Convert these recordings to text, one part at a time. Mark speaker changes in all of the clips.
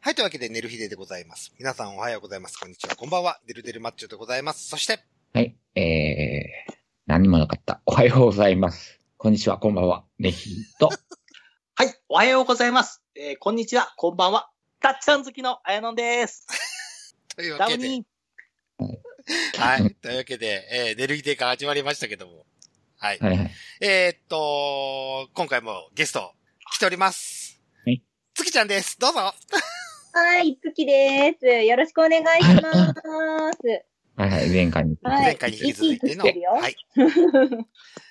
Speaker 1: はい、というわけで、寝る日ででございます。皆さんおはようございます。こんにちは。こんばんは。デルデルマッチョでございます。そして、
Speaker 2: はい、えー、何もなかった。おはようございます。こんにちは、こんばんは。ねひ と。
Speaker 3: はい、おはようございます。えーこんにちは、こんばんは。たっちゃん好きのあやのんです。
Speaker 1: というわ
Speaker 3: ダ
Speaker 1: け
Speaker 3: ウ
Speaker 1: で、
Speaker 3: ニ
Speaker 1: はい、というわけで、えー、寝る日でが始まりましたけども。はい。
Speaker 2: はいはい。
Speaker 1: えー、っと、今回もゲスト来ております。
Speaker 2: はい。
Speaker 1: 月ちゃんです。どうぞ。
Speaker 4: はい、つきです。よろしくお願いします。
Speaker 2: はいはい、前回に。
Speaker 4: はい
Speaker 1: 前回に引き続いての。
Speaker 4: 生き生きしてるよ
Speaker 1: はい。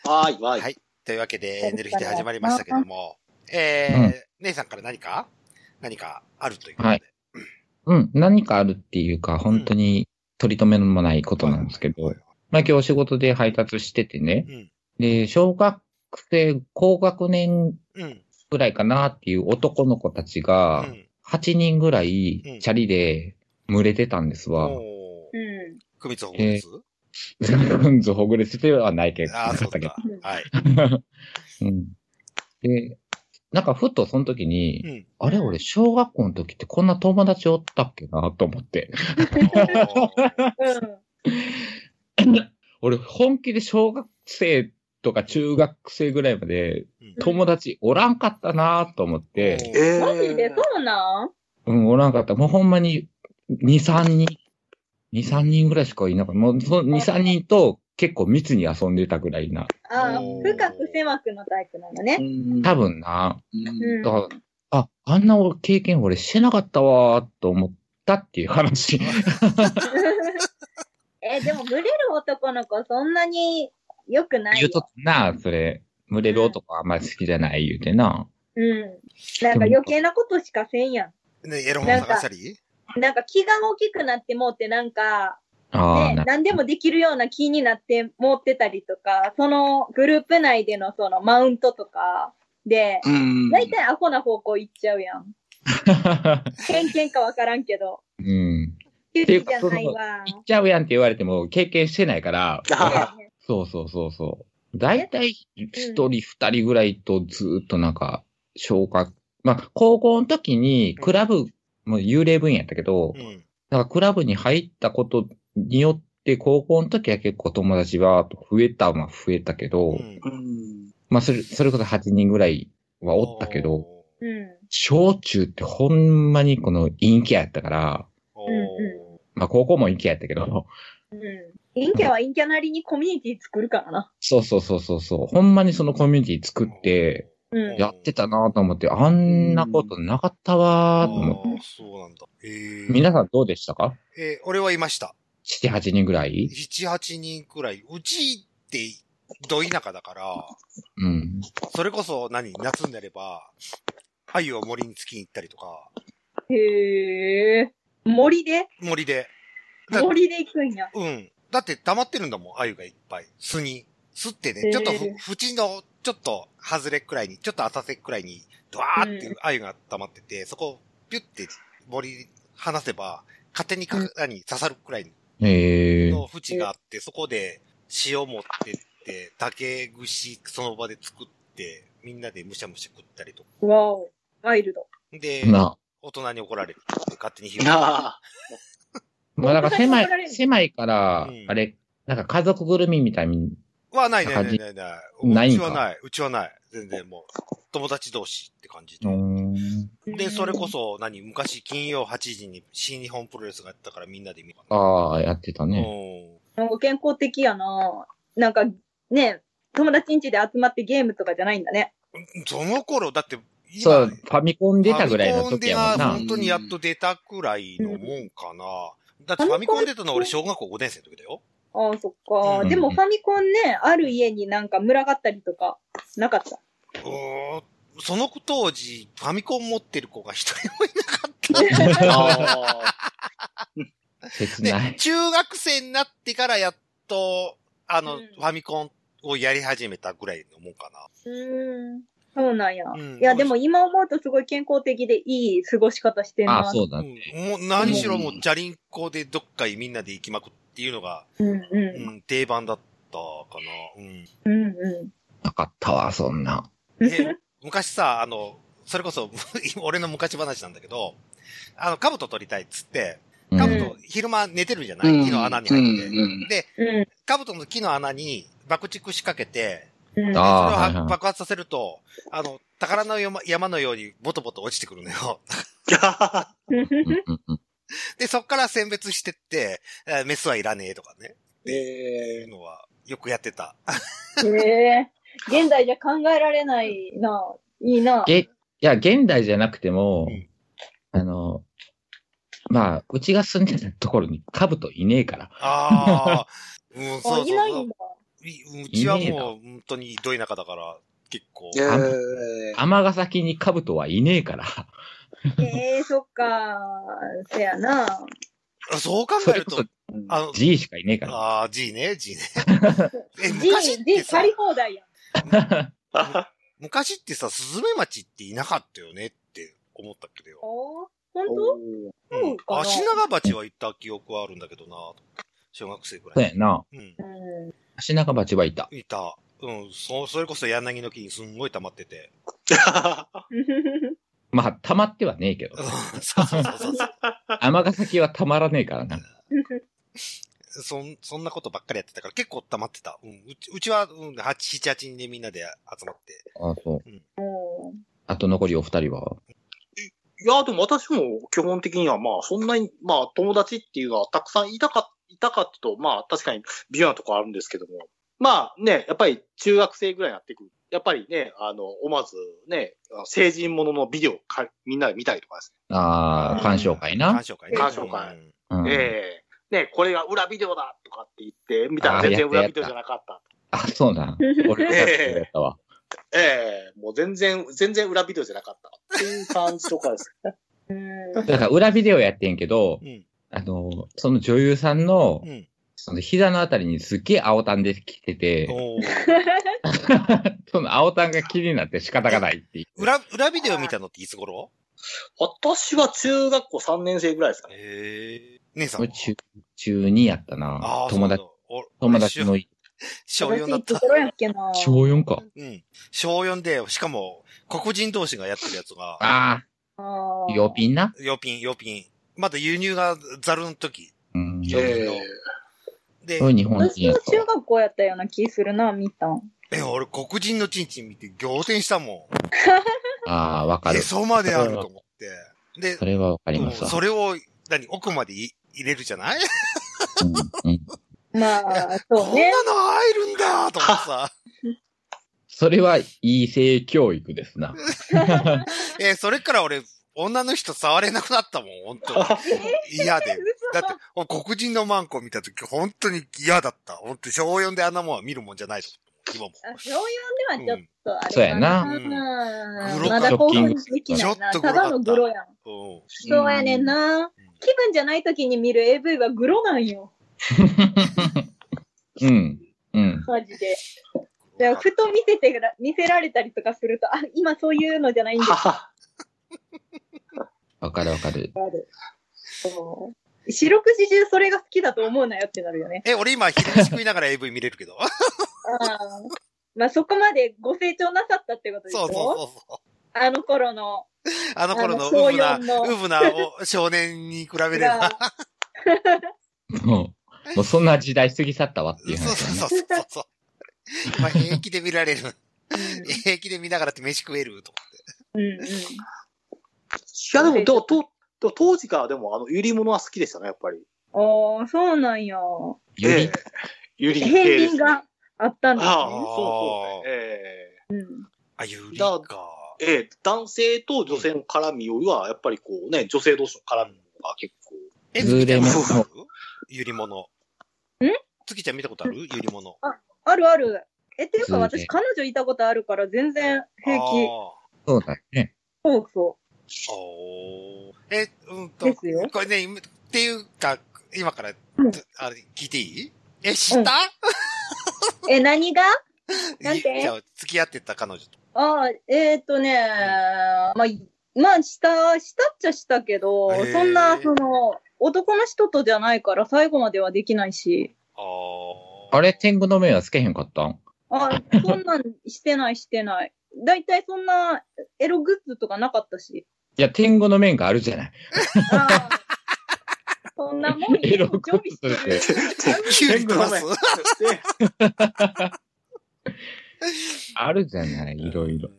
Speaker 3: ー。はーい、わーい。
Speaker 1: は
Speaker 3: はいい、
Speaker 1: というわけで、
Speaker 4: よ
Speaker 1: 寝
Speaker 4: ろ
Speaker 1: る
Speaker 4: し
Speaker 1: 日
Speaker 4: くお願いします
Speaker 1: で始まりましたけども、えー、姉さんから何か何かあるということで。
Speaker 2: はいうん、何かあるっていうか、本当に取り留めもないことなんですけど、まあ今日仕事で配達しててね
Speaker 1: う、ん。
Speaker 2: で、小学生、高学年
Speaker 1: うん。
Speaker 2: ぐらいかなっていう男の子たち
Speaker 1: う
Speaker 2: が、
Speaker 1: ん。
Speaker 2: 8人ぐら
Speaker 1: うん
Speaker 2: い、チャリで群れてたんですわ。
Speaker 1: もう、
Speaker 4: うん。
Speaker 1: 組みつ保護です、
Speaker 2: うん、 ずほぐれしてはないけど。
Speaker 1: ああ、そう
Speaker 2: だけど
Speaker 1: か。はい。
Speaker 2: うん。で、なんかふとその時に、
Speaker 1: うん。
Speaker 2: あれ俺小学校の時ってこんな友達おったっけなと思って。
Speaker 4: うん。
Speaker 2: 俺本気で小学生とか中学生ぐらいまで
Speaker 1: うん
Speaker 2: 友達おらんかったなと思って、
Speaker 1: え
Speaker 3: ー
Speaker 4: マジでそうなん
Speaker 2: うん、おらんかった。もうほんまに2、3人、2、3人ぐらいしかいなかった。もうその2、3人と結構密に遊んでたぐらいな。
Speaker 4: ああ
Speaker 1: おー、
Speaker 4: 深く狭くのタイプなのね。
Speaker 2: 多分な。
Speaker 4: うん。
Speaker 2: だから、あ、あんな経験俺してなかったわーと思ったっていう話。
Speaker 4: え、でも、グレる男の子そんなに良くない
Speaker 2: 言
Speaker 4: よ
Speaker 2: う。とったな、それ。群れる男あんまり好きじゃない言うてな。
Speaker 4: うん。なんか余計なことしかせんや
Speaker 1: ね、エロ本探したり
Speaker 4: ん。なんか気が大きくなってもうてなんか、
Speaker 2: ああ、
Speaker 4: ね
Speaker 2: な、
Speaker 4: 何でもできるような気になってもうてたりとか、そのグループ内でのそのマウントとかで、
Speaker 3: うん
Speaker 4: 大体アホな方向行っちゃうやん。偏見かわからんけど。
Speaker 2: うん。
Speaker 4: 好
Speaker 2: てい
Speaker 4: き
Speaker 2: うか
Speaker 4: じゃないわ。
Speaker 2: 行っちゃうやんって言われても経験してないから、
Speaker 3: あ
Speaker 2: そうそうそうそう。だいたい一人二人ぐらいとずーっとなんか、小学、まあ、高校の時にクラブ、もう幽霊部員やったけど
Speaker 1: う、ん。
Speaker 2: なんかクラブに入ったことによって高校の時は結構友達は増えたのは増えたけど、
Speaker 1: うん
Speaker 3: ーうん。
Speaker 2: まあそれ、それこそ8人ぐらいはおったけど、
Speaker 4: うん。
Speaker 2: 小中ってほんまにこの陰キャやったから、
Speaker 1: おー。
Speaker 4: うん
Speaker 2: まあ高校も陰キャやったけど、
Speaker 4: うん。陰キャは陰キャなりにコミュニティ作るからな。
Speaker 2: そうそうそうそうそう、ほんまにそのコミュニティ作って、
Speaker 4: うん。
Speaker 2: やってたなと思って、あんなことなかったわーと思っ
Speaker 1: あーそうなんだ。え
Speaker 2: て。
Speaker 1: ー、
Speaker 2: 皆さんどうでしたか
Speaker 1: えー俺はいました。
Speaker 2: ?7、8人ぐらい
Speaker 1: 7、8人くらい。うちって、ど田舎だから、
Speaker 2: うん。
Speaker 1: それこそ何、夏になれば、鮎を森に突きに行ったりとか、
Speaker 4: へえ。森で
Speaker 1: 森で。だ
Speaker 4: 森で行くんや。
Speaker 1: うん。だって溜まってるんだもん、鮎がいっぱい。巣に。巣ってね、
Speaker 4: へー
Speaker 1: ちょっとふ、縁の、ちょっと、外れくらいに、ちょっと浅瀬くらいに、ドワーって鮎が溜まってて、そこをピュって森、離せば、勝手にか、何、刺さるくらい
Speaker 2: ええー
Speaker 1: の。縁があって、そこで、塩持ってって、竹串、その場で作って、みんなでむしゃむしゃ食ったりとか。
Speaker 4: わお。ワイルド。
Speaker 1: で、
Speaker 2: な、
Speaker 1: 大人に怒られる。勝手に火が。
Speaker 3: あ
Speaker 2: まあだから狭
Speaker 4: 怒られ
Speaker 2: い、
Speaker 4: る
Speaker 2: 狭いから
Speaker 1: うん、
Speaker 2: あれ、なんか家族ぐるみみたいに、
Speaker 1: はないない
Speaker 2: 感
Speaker 1: ない
Speaker 2: じ
Speaker 1: ないない。
Speaker 2: な
Speaker 1: う
Speaker 2: い
Speaker 1: ち
Speaker 2: んか
Speaker 1: はない。うちはない。全然もう、友達同士って感じで。
Speaker 2: うん
Speaker 1: で、それこそ、何、昔金曜8時に新日本プロレスがやったからみんなで見た。
Speaker 2: ああ、やってたね。
Speaker 1: ね。
Speaker 4: なんか健康的やな。なんか、ね、友達ん家で集まってゲームとかじゃないんだね。
Speaker 1: その頃、だって、今
Speaker 2: そう、ファミコン出たぐらいの時やもん
Speaker 1: ファミコン
Speaker 2: な
Speaker 1: が。本当にやっと出たくらいのもんかな。だってファミコン出たのは俺小学校5年生の時だよ。
Speaker 4: ああ、そっか。
Speaker 1: うん
Speaker 4: でもファミコンね、ある家になんか群がったりとか、なかった。
Speaker 1: うーんその当時、ファミコン持ってる子が一人もいなかった。
Speaker 3: ーあ
Speaker 2: 切
Speaker 1: で
Speaker 2: ない、。
Speaker 1: 中学生になってからやっと、あの、
Speaker 4: うん
Speaker 1: ファミコンをやり始めたぐらいのもんか
Speaker 4: うーん。そうなんや。
Speaker 1: うん
Speaker 4: いや、でも今思うとすごい健康的でいい過ごし方してんな。
Speaker 2: ああ、そう
Speaker 1: な。
Speaker 2: だ
Speaker 1: うん。もう何しろもう、じゃりんこでどっかへみんなで行きまくっていうのが、
Speaker 4: うん
Speaker 1: う、
Speaker 4: うん
Speaker 1: 定番だったかな。うん。
Speaker 4: ん。うんう
Speaker 2: なかったわ、そんな。
Speaker 4: ん。
Speaker 1: で昔さ、あの、それこそ、俺の昔話なんだけど、あの、兜取りたいっつって、
Speaker 2: うん
Speaker 4: 多
Speaker 1: 兜
Speaker 4: 分
Speaker 1: 昼間寝てるじゃな
Speaker 3: う
Speaker 1: い、
Speaker 3: ん
Speaker 1: 木の穴に入って。
Speaker 3: うんうん
Speaker 1: で、
Speaker 4: うん。
Speaker 1: 兜の木の穴に爆竹仕掛けて、
Speaker 4: う
Speaker 1: そ
Speaker 2: あー
Speaker 4: ん。
Speaker 1: れを
Speaker 2: はいはい
Speaker 1: は爆発させると、あの、宝の山山のようにボトボト落ちてくるのよ。
Speaker 2: うんうん
Speaker 1: で、そっから選別してって、えーメスはいらねえとかね、いう
Speaker 3: え
Speaker 1: のはよくやってた。
Speaker 4: へえ現代じゃ考えられないな。いいな。
Speaker 2: げいや、現代じゃなくても
Speaker 1: うん、
Speaker 2: あの、まあ、うちが住んでたところに兜いねえから。
Speaker 1: ああ、 うん、そうそ
Speaker 4: あ、
Speaker 1: う
Speaker 4: いな
Speaker 1: そ。
Speaker 4: いうんだ。
Speaker 1: いうんうちはもう本当にど田舎だから、結構。
Speaker 3: ー
Speaker 2: あん
Speaker 3: えー
Speaker 2: 尼崎に兜はいねえから。
Speaker 4: ええそっか。せやな。
Speaker 1: そう考
Speaker 2: そ
Speaker 1: え
Speaker 2: れ
Speaker 1: る
Speaker 2: ことそ、
Speaker 1: あの、
Speaker 2: G しかいねえから。
Speaker 1: ああ、G ね、G ね。え、
Speaker 4: D
Speaker 1: 昔っ、て
Speaker 4: D
Speaker 1: さ
Speaker 4: 借、り放題やん。
Speaker 1: 昔ってさ、スズメマチっていなかったよねって思ったけどよ。
Speaker 4: おー本
Speaker 3: お
Speaker 4: 当
Speaker 3: ー
Speaker 4: そう
Speaker 1: うん。
Speaker 4: かな
Speaker 1: 足長鉢は行った記憶はあるんだけどな、小学生く
Speaker 2: そう
Speaker 1: らい。
Speaker 2: やな。
Speaker 1: うん。
Speaker 4: うん。
Speaker 2: 足長鉢はいた。
Speaker 1: いた。うん、そ、それこそ柳の木にすんごい溜まってて。
Speaker 2: まあ、溜まってはねえけど
Speaker 1: う。んそうそうそうそう。
Speaker 2: 尼崎は溜まらねえからな。
Speaker 1: そん、そんなことばっかりやってたから結構溜まってた。うん。うちうちは、うん、八七8人でみんなで集まって。
Speaker 2: あそう。
Speaker 4: も
Speaker 2: あと残りお二人は。
Speaker 3: いや、でも私も基本的にはまあ、そんなに、まあ、友達っていうのはたくさんいたか、いたかっていうと、まあ、確かに微妙なとこあるんですけども。まあね、やっぱり中学生ぐらいになってくる。やっぱりね、あの、思わずね、成人もののビデオかみんなで見たりとかです
Speaker 2: ああ、鑑賞会な
Speaker 1: 鑑。賞会
Speaker 3: 鑑賞会
Speaker 1: うん
Speaker 2: うん
Speaker 3: ね。ええね、これが裏ビデオだとかって言って、見たら全然
Speaker 2: あーや
Speaker 3: 裏
Speaker 2: っ
Speaker 3: ビ
Speaker 2: た
Speaker 3: デ
Speaker 2: や
Speaker 3: オ
Speaker 2: った
Speaker 3: じゃなかった。
Speaker 2: あ、そうなん。俺がやったわ。
Speaker 3: ええもう全然、全然裏ビデオじゃなかった。っていう感じと かです。
Speaker 4: う、う ん。
Speaker 2: だから裏ビデオやってんけど、
Speaker 1: うん。
Speaker 2: あの、その女優さんの
Speaker 1: う、ん。
Speaker 2: その膝のあたりにすっげえ青タンできてて、
Speaker 1: おー
Speaker 2: その青タンが気になって仕方がないっていう。
Speaker 1: 裏、裏ビデオ見たのっていつ頃
Speaker 3: 私は中学校3年生ぐらいですかね。
Speaker 1: ええ。姉さん
Speaker 2: 俺
Speaker 1: は。
Speaker 2: 中、中2やったな
Speaker 1: あ。あ、
Speaker 2: 友達、
Speaker 1: そうなんだ。お
Speaker 2: 友達の
Speaker 1: 俺、小4だっ
Speaker 4: 私い
Speaker 1: た
Speaker 4: つ。頃やっけな。
Speaker 2: 小4か。
Speaker 1: うん。小4で、しかも、黒人同士がやってるやつが、
Speaker 2: あ
Speaker 4: あ
Speaker 2: あ、
Speaker 4: ー
Speaker 2: よぴんな。
Speaker 1: ヨピン、ヨピン。まだ輸入がザルの時。
Speaker 2: うん。
Speaker 1: え
Speaker 2: そ
Speaker 1: え
Speaker 2: う
Speaker 3: ええ
Speaker 1: で、
Speaker 2: いう日本人
Speaker 4: 私
Speaker 2: や
Speaker 4: も
Speaker 2: っ
Speaker 4: 中
Speaker 2: た
Speaker 4: 学校やったような気するな、見たん。
Speaker 1: え、俺黒人のチンチン見て仰天したも
Speaker 2: わ。ああ、わか
Speaker 1: ん。え、
Speaker 2: る。
Speaker 1: そうまであると思って。で
Speaker 2: そ、れはわかり
Speaker 1: う
Speaker 2: ま
Speaker 1: ん
Speaker 2: すわ。
Speaker 1: それを、何、奥までい入れるじゃない
Speaker 2: うんうん
Speaker 4: まあ、
Speaker 1: こ
Speaker 4: そ
Speaker 1: ん
Speaker 4: うね。
Speaker 1: なの入るんだと思って さ。
Speaker 2: それはいい性教育ですな。
Speaker 1: えーそれから俺、女の人触れなくなったもん、本当に。嫌で。だって、お黒人のマンコ見たとき、本当に嫌だった。本当に小4であんなもんは見るもんじゃないと思う。
Speaker 4: あ小4ではちょっとあれ
Speaker 2: そうやな
Speaker 1: うん
Speaker 4: な
Speaker 1: グロ
Speaker 4: まだ興奮でき
Speaker 1: ショッ
Speaker 4: ないな。
Speaker 1: キング
Speaker 4: ただのグロやん。
Speaker 1: 今も。
Speaker 4: そうやねんな。
Speaker 1: うん。
Speaker 4: 気分じゃない時に見る AV はグロなんよ。
Speaker 2: うん。うん。
Speaker 4: マジで。だからふと見せてら見せられたりとかすると、あ、今そういうのじゃないんです
Speaker 3: は
Speaker 4: か
Speaker 3: は
Speaker 2: わかるわかる。
Speaker 4: ある。そう四六時中それが好きだと思うなよってなるよね。
Speaker 1: え、俺今、昼飯食いながら AV 見れ るけど。
Speaker 4: あーまあそこまでご成長なさったってことでし
Speaker 1: そうそう
Speaker 4: ょ
Speaker 1: そうそう。
Speaker 4: あの頃の。
Speaker 1: あの頃のウ
Speaker 4: あの
Speaker 1: ブな、
Speaker 4: 小四の
Speaker 1: ウブなお少年に比べれば。
Speaker 2: もう、もうそんな時代過ぎ去ったわって
Speaker 1: そ
Speaker 2: いうう
Speaker 1: そう
Speaker 2: 話だね。
Speaker 1: そうそうそう。 まあ、平気で見られる。
Speaker 4: うん
Speaker 1: 平気で見ながらって飯食えると
Speaker 4: うんうん。
Speaker 3: いや、でも、でもとでも当時からでも、あの、ゆりものは好きでしたね、やっぱり。
Speaker 4: おー、そうなんや。
Speaker 2: よ
Speaker 3: え
Speaker 2: り
Speaker 3: え、ゆり
Speaker 4: 片
Speaker 3: 系です
Speaker 4: 鱗
Speaker 3: ね。
Speaker 4: があったん
Speaker 3: あ
Speaker 4: だ
Speaker 3: あ、
Speaker 4: ね。
Speaker 3: そうそう、ね。え
Speaker 4: うん
Speaker 1: 思って。あ、ゆりか。
Speaker 3: えええ男性と女性の絡みよりは、やっぱりこうね、女性同士の絡みの方が結構。
Speaker 1: え、
Speaker 2: ズ
Speaker 1: 月
Speaker 2: ー
Speaker 1: ちゃ
Speaker 2: レ
Speaker 1: ん
Speaker 2: も
Speaker 1: 見たことある ゆりもの。ん月ちゃん見たことあるゆりもの。
Speaker 4: あるある。え、っていうか
Speaker 2: そうね
Speaker 4: 私、彼女いたことあるから全然平気。
Speaker 2: そうだね。
Speaker 4: そうそ
Speaker 1: 気。おーえ、うん
Speaker 4: う。
Speaker 1: と
Speaker 4: で、すよ。
Speaker 1: これね、今っていうか、今から、
Speaker 4: うん
Speaker 1: あれ、聞いていいえ、知った、
Speaker 4: え、何がなんて
Speaker 1: い じゃあ、付き合ってた彼女と。
Speaker 4: ああ、えーっ、とね、まあ、いまあ、した、したっちゃしたけど
Speaker 1: へー、
Speaker 4: そんな、その、男の人とじゃないから最後まではできないし、
Speaker 1: あー
Speaker 2: あれ、天狗の面はつけへんかったん
Speaker 4: あそんなんしてないしてない。だいたいそんな、エログッズとかなかったし、
Speaker 2: いや、天狗の面があるじゃない。
Speaker 4: あー そんなもん
Speaker 2: エ
Speaker 4: よ
Speaker 2: ロ
Speaker 4: く
Speaker 2: く
Speaker 4: 常備してる。
Speaker 2: す
Speaker 1: キュウリとナス
Speaker 3: で
Speaker 2: あるじゃない、いろいろ。。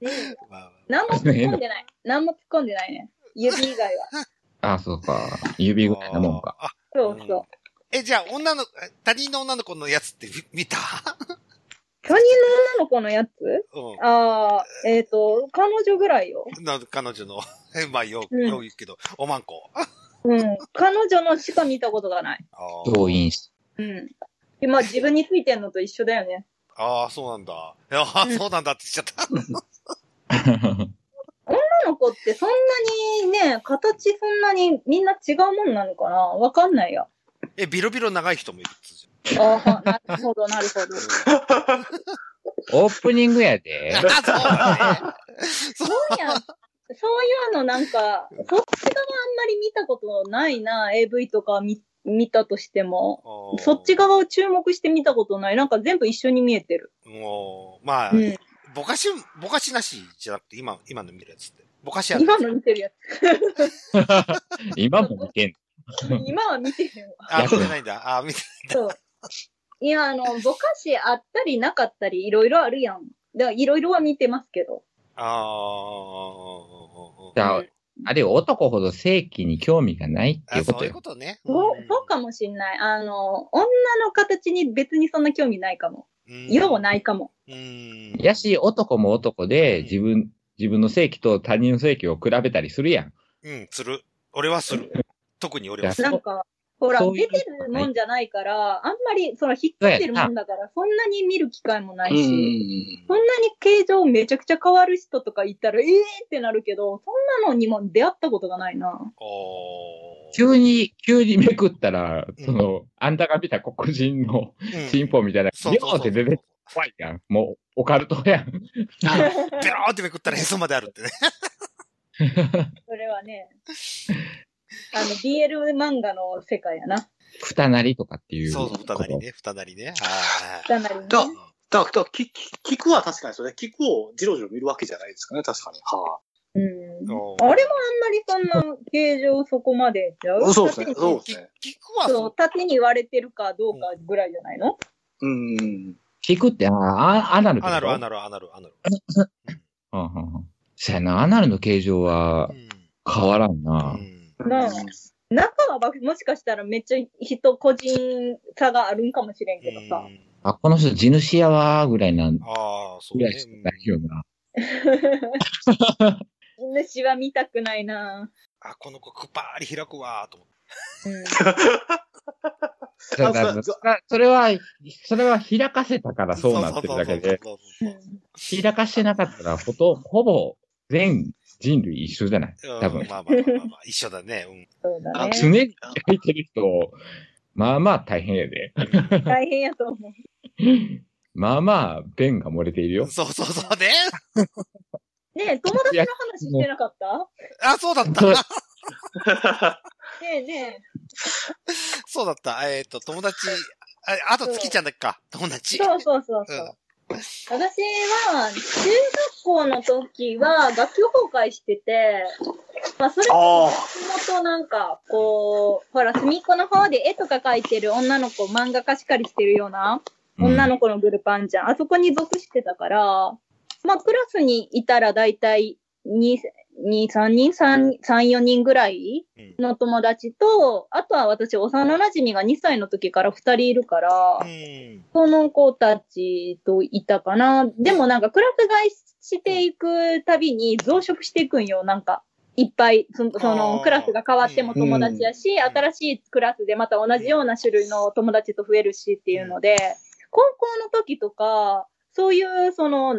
Speaker 1: まあ
Speaker 4: 何も突っ込んでない。何も突っ込んでないね。指以外は。
Speaker 2: あ、そうか。指ぐらいなもんか。。
Speaker 1: あ
Speaker 4: そうそう。
Speaker 1: え、じゃあ、女の、他人の女の子のやつって見見た
Speaker 4: 他人の女の子のやつ
Speaker 1: う
Speaker 4: ああ、えっ、と、彼女ぐらいよ。
Speaker 1: ん。な彼女の、 えまあ、よう、
Speaker 4: うん
Speaker 1: よう言うけど、おまんこ。あ
Speaker 4: うん。彼女のしか見たことがない。
Speaker 1: ー
Speaker 2: 動員し
Speaker 4: うん。今自分についてんのと一緒だよね。
Speaker 1: あー、そうなんだ。ああ
Speaker 4: うん
Speaker 1: ー、そうなんだって言っちゃった。
Speaker 4: 女の子ってそんなにね、形そんなにみんな違うもんなのかなわかんないや。
Speaker 1: え、ビロビロ長い人もいるっつうじ
Speaker 4: ああ、なるほど、なるほど。
Speaker 1: ゃん。うん
Speaker 2: オープニングやで。
Speaker 1: あそうだね。
Speaker 4: そうや、そういうのなんか、そっち側あんまり見たことないな、AV とか見見たとしても。
Speaker 1: あー
Speaker 4: そっち。側を注目して見たことない。なんか全部一緒に見えてる。
Speaker 1: もう、まあ
Speaker 4: う、ん。
Speaker 1: ぼかし、ぼかしなしじゃなくて、今、今の見るやつって。ぼかしやる。
Speaker 4: 今の見てるやつ。
Speaker 2: 今も見てん
Speaker 4: 今は見てへんわ。
Speaker 1: あ、見てないんだ。あ、見て、
Speaker 4: そう。いや、あの、ぼかしあったりなかったり、いろいろあるやん。だから、いろいろは見てますけど。
Speaker 1: あー
Speaker 2: じゃあ
Speaker 4: うん、
Speaker 2: あれ、男ほど性器に興味がないってい
Speaker 1: あ、
Speaker 2: うこ
Speaker 1: そう
Speaker 2: と
Speaker 1: いう
Speaker 2: よ
Speaker 1: こ。とね。
Speaker 4: そう、
Speaker 1: ん
Speaker 4: そうかもしんない。あの、女の形に別にそんな興味ないかも。
Speaker 1: うん
Speaker 4: ようないかも。
Speaker 1: うん。
Speaker 2: やし、男も男で、自分、自分の性器と他人の性器を比べたりするやん。
Speaker 1: うん、する。俺はする。特に俺はす
Speaker 2: そう
Speaker 1: る。
Speaker 4: なんか、ほら、
Speaker 2: そうい
Speaker 4: 出
Speaker 2: う
Speaker 4: てるもんじゃないから、あんまり、その、引っ
Speaker 2: そう
Speaker 4: 込ん
Speaker 2: や
Speaker 4: でるもんだから、そんなに見る機会もないし、
Speaker 3: う
Speaker 4: そんなに形状めちゃくちゃ変わる人とかいたら、ええーってなるけど、そんなのにも出会ったことがないな。
Speaker 1: おー
Speaker 2: 急に、急にめくったら、
Speaker 1: うん
Speaker 2: その、あんたが見た黒人の
Speaker 1: うん
Speaker 2: チンポみたいな、
Speaker 1: そう
Speaker 2: ビ
Speaker 1: そうそ
Speaker 2: ョ
Speaker 1: う
Speaker 2: ーって出てきて怖いやん。もう、オカルトやん。
Speaker 1: ベローってめくったらへそまであるってね。
Speaker 4: それはね、 あの、BL 漫画の世界やな。
Speaker 2: ふたなりとかっていう。
Speaker 1: そうそう、ふたなり。ね、ふたなりね。はい
Speaker 4: かなりね。
Speaker 3: だだから、きき聞くは確かにそうね。聞くをじろじろ見るわけじゃないですかね、確かに。は
Speaker 4: うん。
Speaker 1: おー
Speaker 4: あれもあんまりそんな形状そこまでちゃ
Speaker 3: あ、
Speaker 4: う
Speaker 3: そうですね。
Speaker 4: 縦
Speaker 3: そう
Speaker 4: に
Speaker 3: ですね。
Speaker 1: き聞くわ、
Speaker 4: そ
Speaker 1: そう
Speaker 4: 縦に言われてるかどうかぐらいじゃないの、
Speaker 3: うん。
Speaker 2: 聞くって、ああ、アナル
Speaker 1: う。
Speaker 2: ってこ
Speaker 1: ア
Speaker 2: と
Speaker 1: ナル、アナル、アナル、アナル。
Speaker 2: うんうんうんそやな、アナルの形状は
Speaker 1: うん
Speaker 2: 変わらん
Speaker 1: う
Speaker 2: な。
Speaker 1: ん
Speaker 4: なあ中はばもしかしたらめっちゃ人個人差があるんかもしれんけどさ
Speaker 1: う。ん
Speaker 2: あ、この人地主やわ、ぐらいな、
Speaker 1: ああ、そう
Speaker 2: ぐら
Speaker 1: ね
Speaker 2: いしかない。よな。
Speaker 4: 主は見たくないな
Speaker 1: あ、この子くぱーり開くわーと思って。
Speaker 4: うん。
Speaker 2: それは
Speaker 3: そう
Speaker 2: それは、それは開かせたからそうなってるだけで、
Speaker 1: そうそうそ
Speaker 4: う
Speaker 1: うそ。
Speaker 4: ん
Speaker 2: 開かしてなかったら、ほと、ほぼ全人類一緒じゃないう多
Speaker 1: うん
Speaker 2: 分。
Speaker 1: まあまあまあまあまあ、一緒だね。うん
Speaker 4: そうだ
Speaker 3: あ
Speaker 2: 常
Speaker 4: ね。
Speaker 2: に開いてる人、まあまあ大変やで。
Speaker 4: 大変やと思う。
Speaker 2: まあまあ、便が漏れているよ。
Speaker 1: そうそうそうね。
Speaker 4: ねえ、友達の話してなかった
Speaker 1: あ、そうだ った。
Speaker 4: ねえね
Speaker 1: そうだった。えっと、友達、ああと月ちゃんだっけか。友
Speaker 4: え。
Speaker 1: 達。
Speaker 4: そうそうそうそう。
Speaker 1: うん
Speaker 4: 私は、中学校の時は学級崩壊してて、まあ、それ
Speaker 3: ああ。
Speaker 4: もとなんか、こう、ほら、隅っこの方で絵とか描いてる女の子、漫画家しかりしてるような女の子のグループあんじゃん。あそこに属してたから、まあ、クラスにいたら大体2、2、3人、3、3、4人ぐらい
Speaker 1: うん
Speaker 4: の友達と、あとは私、幼馴染が2歳の時から2人いるから、
Speaker 1: うん。
Speaker 4: その子たちといたかな。でもなんかクラス替えしていくたびに増殖していくんよ。なんか、いっぱい、そそ
Speaker 1: あ
Speaker 4: の
Speaker 1: ー
Speaker 4: クラスが変わっても友達やし、
Speaker 1: ん
Speaker 4: 新しいクラスでまた同じような種類の友達と増えるしっていうので、高校の時とか、そういうその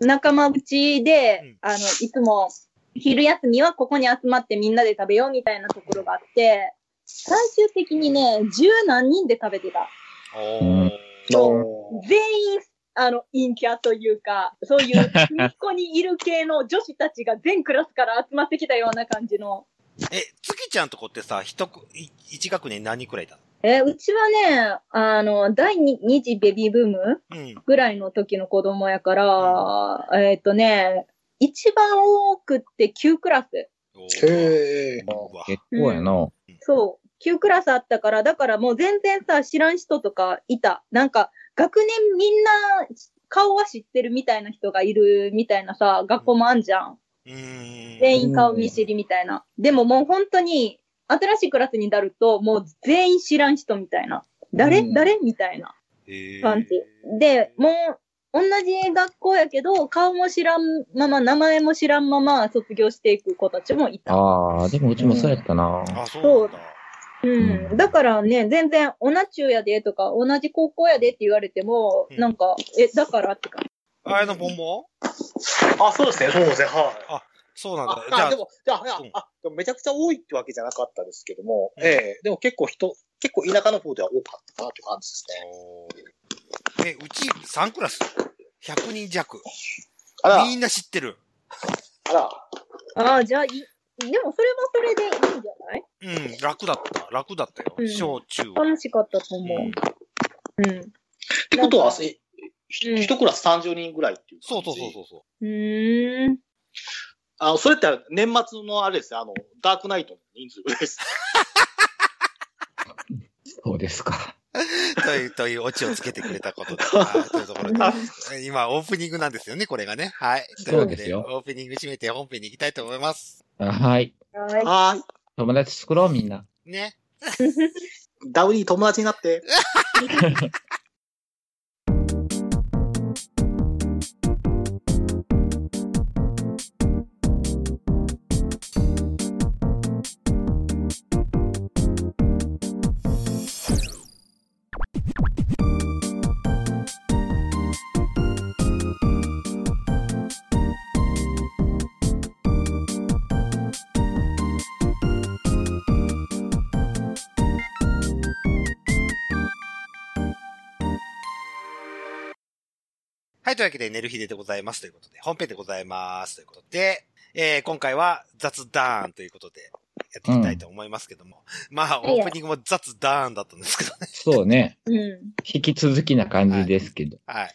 Speaker 4: 仲間内で、あの、いつも昼休みはここに集まってみんなで食べようみたいなところがあって、最終的にね、十何人で食べてた。
Speaker 1: お
Speaker 2: う
Speaker 1: ー
Speaker 2: ん。
Speaker 4: 全員、あの、陰キャというか、そういう、隅っこにいる系の女子たちが全クラスから集まってきたような感じの。
Speaker 1: え、月ちゃんとこってさ、一く、い一学年何人くらいだ
Speaker 4: えーうちはね、あの、第二二次ベビーブーム
Speaker 1: うん。
Speaker 4: ぐらいの時の子供やから、えーっ、とね、一番多くって9クラス。
Speaker 3: へえ。
Speaker 1: うわ
Speaker 2: 結構やな。
Speaker 4: そう。9クラスあったから、だからもう全然さ、知らん人とかいた。なんか、学年みんな顔は知ってるみたいな人がいるみたいなさ、学校もあんじゃん。
Speaker 1: うーん。
Speaker 4: 全員顔見知りみたいな。でももう本当に、新しいクラスになると、もう全員知らん人みたいな。誰
Speaker 3: うん
Speaker 4: 誰みたいな
Speaker 1: えー
Speaker 4: 感じ。で、もう、同じ学校やけど、顔も知らんまま、名前も知らんまま卒業していく子たちもいた。
Speaker 2: ああ、でもうちもそうやったな。
Speaker 1: あ、そうなんだ。
Speaker 4: うん。だからね、全然、同じ中やでとか、同じ高校やでって言われても、
Speaker 1: うん
Speaker 4: なんか、え、だからって感じ。
Speaker 1: あれのボンボン
Speaker 3: あ、そうですね、そうですね、はい。
Speaker 1: そうなんだ。じ
Speaker 3: あ、
Speaker 1: ゃ
Speaker 3: あ
Speaker 1: あ
Speaker 3: で、も、じゃあ、いや
Speaker 1: うん
Speaker 3: あ、でもめちゃくちゃ多いってわけじゃなかったですけども、
Speaker 1: うん
Speaker 3: ええでも結構人、結構田舎の方では多かったなって感じですね。
Speaker 1: おーえ、うち3クラス ?100 人弱。
Speaker 3: あら、
Speaker 1: みんな知ってる。
Speaker 3: あら、
Speaker 4: ああ、じゃあ、い、でもそれはそれでいいんじゃない
Speaker 1: うん、楽だった。楽だったよ。
Speaker 4: うん
Speaker 1: 小中。
Speaker 4: 楽しかったと
Speaker 1: う
Speaker 4: 思う。
Speaker 1: ん
Speaker 4: うん。
Speaker 3: ってこと
Speaker 4: なん
Speaker 3: は、
Speaker 4: か
Speaker 3: せ
Speaker 4: うん
Speaker 3: ひ一クラス30人ぐらいっていう
Speaker 1: そ
Speaker 3: 感
Speaker 1: う
Speaker 3: じ。
Speaker 1: そうそうそうそう
Speaker 4: ーん。
Speaker 3: あそれって年末のあれですね、あの、ダークナイトの人数ぐらいです。
Speaker 2: そうですか。
Speaker 1: う。という、というオチをつけてくれた ことで。はいというところで。え今、オープニングなんですよね、これがね。はい。といわけ
Speaker 2: そうですよ
Speaker 1: オープニング締めて本編に行きたいと思います。
Speaker 2: あはい。
Speaker 4: はい。
Speaker 3: はーい。
Speaker 2: 友達作ろう、みんな。
Speaker 1: ね。
Speaker 3: ダウニー友達になって。
Speaker 1: はい、というわけで、寝る日ででございますということで、本編でございますということで、えー今回は雑談ということで、やっていきたいと思いますけども。まあ、オープニングも雑談だったんですけどね。
Speaker 2: そうね。
Speaker 4: うん。
Speaker 2: 引き続きな感じですけど。
Speaker 1: はい。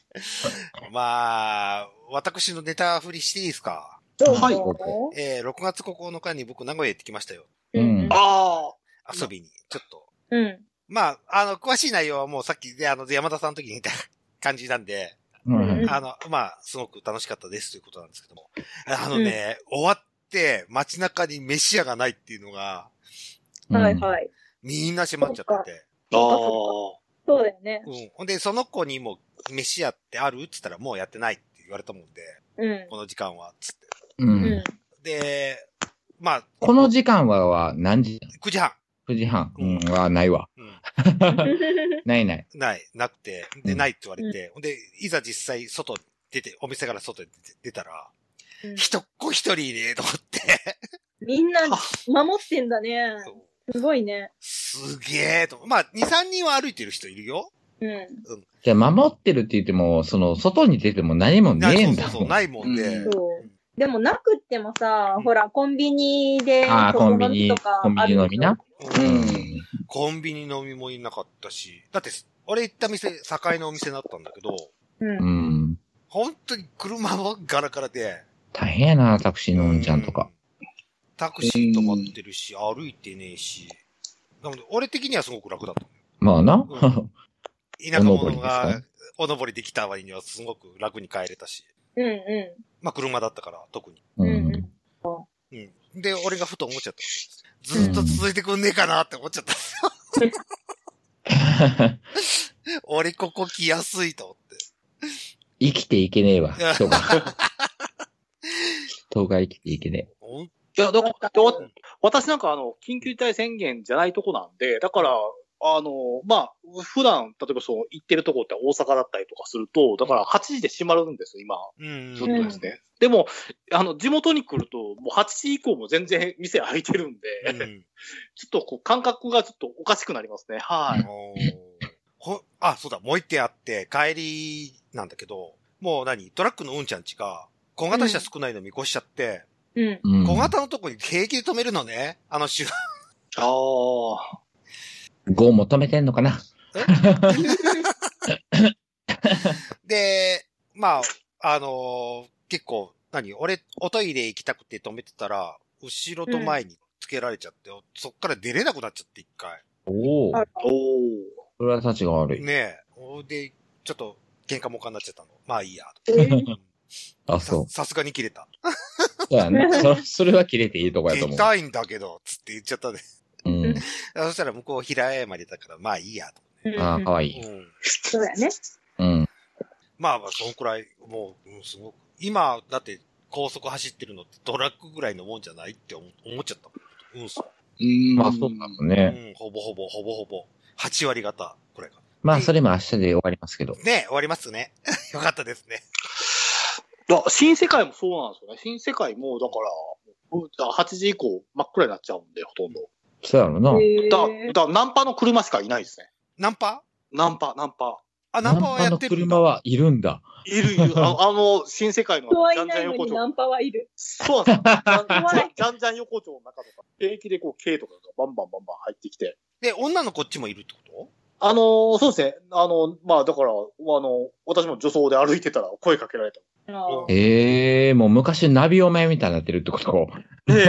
Speaker 1: まあ、私のネタ振りしていいですか
Speaker 4: どう
Speaker 2: はい
Speaker 4: ぞ
Speaker 1: えー6月9日に僕名古屋行ってきましたよ。
Speaker 2: うん
Speaker 3: あ
Speaker 1: 遊びに。ちょっと。
Speaker 4: うん。
Speaker 1: まあ、あの、詳しい内容はもうさっきで、あの、山田さんの時に言った感じなんで、
Speaker 2: うん
Speaker 4: うん
Speaker 1: あの、まあ、すごく楽しかったですということなんですけども。あのね、終わって街中に飯屋がないっていうのが、
Speaker 4: はいはい。
Speaker 1: みんな閉まっちゃってて。
Speaker 3: あ。ああ。
Speaker 4: そうだよね。
Speaker 1: うん。ほんで、その子にも、飯屋ってあるって言ったらもうやってないって言われたもんで、
Speaker 4: うん
Speaker 1: こ。の時間は、つって。
Speaker 2: うん
Speaker 4: う
Speaker 2: うん
Speaker 4: ん。
Speaker 1: で、まあ、
Speaker 2: この時間はは何時
Speaker 1: 9時半。
Speaker 2: ?9 時半。
Speaker 1: う
Speaker 2: うんん、はないわ。
Speaker 1: うん。
Speaker 2: ないない。
Speaker 1: ない、なくて、で、
Speaker 2: うん
Speaker 1: ないって言われて、ほんで、いざ実際外に出て、お店から外に出て出たら、
Speaker 4: うん
Speaker 1: 人っ子一人いねえと思って、
Speaker 4: みんな守ってんだね。すごいね。
Speaker 1: すげえと。まあ、2、3人は歩いてる人いるよ。
Speaker 4: うん。
Speaker 2: じゃあ、守ってるって言っても、その、外に出ても何も見
Speaker 1: ない
Speaker 2: え
Speaker 1: そ
Speaker 2: ん
Speaker 1: うそ
Speaker 2: だ
Speaker 1: う
Speaker 2: もん。
Speaker 1: そう、ないもんで。
Speaker 3: うん
Speaker 4: そう
Speaker 1: うん
Speaker 4: でもなくってもさ、
Speaker 1: うん
Speaker 4: ほら、コンビニで、
Speaker 2: ああ、コンビニ、
Speaker 4: とか
Speaker 2: コンビニ飲みな。
Speaker 1: う
Speaker 2: うんん。
Speaker 1: コンビニ飲みもいなかったし、だって、俺行った店、境のお店だったんだけど、
Speaker 4: う。
Speaker 2: うんん。
Speaker 1: 本当に車はガラガラで、
Speaker 2: 大変やな、タクシーのうんちゃんとか。
Speaker 1: う。タクシー止まってるし、歩いてねえし。なので、俺的にはすごく楽だった。
Speaker 2: まあな。
Speaker 1: うん田舎者
Speaker 2: お登りで
Speaker 1: が
Speaker 2: す
Speaker 1: お登りできた割にはすごく楽に帰れたし。
Speaker 4: うんう
Speaker 1: まあ、車だったから、特に。
Speaker 4: ん。
Speaker 2: う
Speaker 4: うん
Speaker 2: ん。
Speaker 4: う
Speaker 1: うん。で、俺がふと思っちゃったことです。ずっと続いてくんねえかなって思っちゃった。俺ここ来やすいと思って。
Speaker 2: 生きていけね えわ、
Speaker 1: いや
Speaker 2: 人が。人が生きていけね
Speaker 1: ほん
Speaker 3: いや、だから、わ私なんかあの、緊急事態宣言じゃないとこなんで、だから、あの、まあ、普段、例えばそう、行ってるとこって大阪だったりとかすると、だから8時で閉まるんですよ、今、
Speaker 1: うん。
Speaker 3: ずっとですね。でも、あの、地元に来ると、もう8時以降も全然店開いてるんで、
Speaker 1: うん。
Speaker 3: ちょっとこう、感覚がちょっとおかしくなりますね。はい。
Speaker 1: おーほあ、そうだ、もう一点あって、帰りなんだけど、もう何トラックのうんちゃんちが、小型車少ないの見越しちゃって、
Speaker 4: ん。 うん。
Speaker 2: え。うん。
Speaker 1: 小型のとこに平気で止めるのね、あの週。
Speaker 3: ああ。
Speaker 2: 5求めてんのかな。
Speaker 1: で、まあ、あのー結構、何俺、おトイレ行きたくて止めてたら、後ろと前につけられちゃって、そっから出れなくなっちゃって、一回。
Speaker 2: おお。
Speaker 4: あ
Speaker 3: おお。
Speaker 2: それは立ちが悪い。
Speaker 1: ねえ。ほんで、ちょっと、喧嘩もかになっちゃったの。まあいいや。
Speaker 2: あ、
Speaker 1: さ
Speaker 2: そう。
Speaker 1: さすがに切れた。
Speaker 2: そうやね。そそれは切れていいとこやと
Speaker 1: 出
Speaker 2: 思う。
Speaker 1: たいんだけど、つって言っちゃ ったね。
Speaker 2: うん。
Speaker 1: そしたら向こう平謝りだから、まあいいや、と。
Speaker 4: うん
Speaker 2: ああ、かわいい。
Speaker 1: うん。
Speaker 4: そうやね。
Speaker 2: うん。
Speaker 1: まあまあ、そのくらい、もう、うん、すごく。今、だって、高速走ってるのってドラッグぐらいのもんじゃないって思思っちゃったもん。うん、そう。
Speaker 2: まあ、そうなの
Speaker 1: う
Speaker 2: ね。
Speaker 1: ん、ほぼほぼ、ほぼほぼ。8割方、これが。
Speaker 2: まあ、それも明日で終わりますけど。
Speaker 1: ねえ終わりますね。 よかったですね。
Speaker 3: だ新世界もそうなんですよね。新世界も、だから、8時以降真っ暗になっちゃうんで、ほとんど。
Speaker 2: そうやろな。
Speaker 3: だ、だナンパの車しかいないですね。
Speaker 1: ナンパ
Speaker 3: ナンパ、ナンパ。
Speaker 1: あ、ナ
Speaker 2: ナ
Speaker 1: ン
Speaker 2: ン
Speaker 1: パはや
Speaker 2: パ
Speaker 1: っ
Speaker 2: の
Speaker 1: てるん
Speaker 2: 車
Speaker 1: だ。
Speaker 2: はいるんだ。
Speaker 3: いるい る。ああの、新世界の
Speaker 4: 人は
Speaker 3: じゃ
Speaker 4: い
Speaker 3: んじ
Speaker 4: な
Speaker 3: ゃん
Speaker 4: いの
Speaker 3: 横
Speaker 4: に
Speaker 3: 丁。
Speaker 4: ナンパはいる。
Speaker 3: そうなんで すよ。じゃん
Speaker 4: 怖い
Speaker 3: じゃんじゃん横丁の中とか、平気でこう、K とかがバンバンバンバン入ってきて。
Speaker 1: で、女の子っちもいるってこ
Speaker 3: あのーそうですね。あの、まあ、だから、あの、私も女装で歩いてたら声かけら れた。
Speaker 4: あの
Speaker 2: ええもう昔ナビお前みたいになってるってこと
Speaker 3: え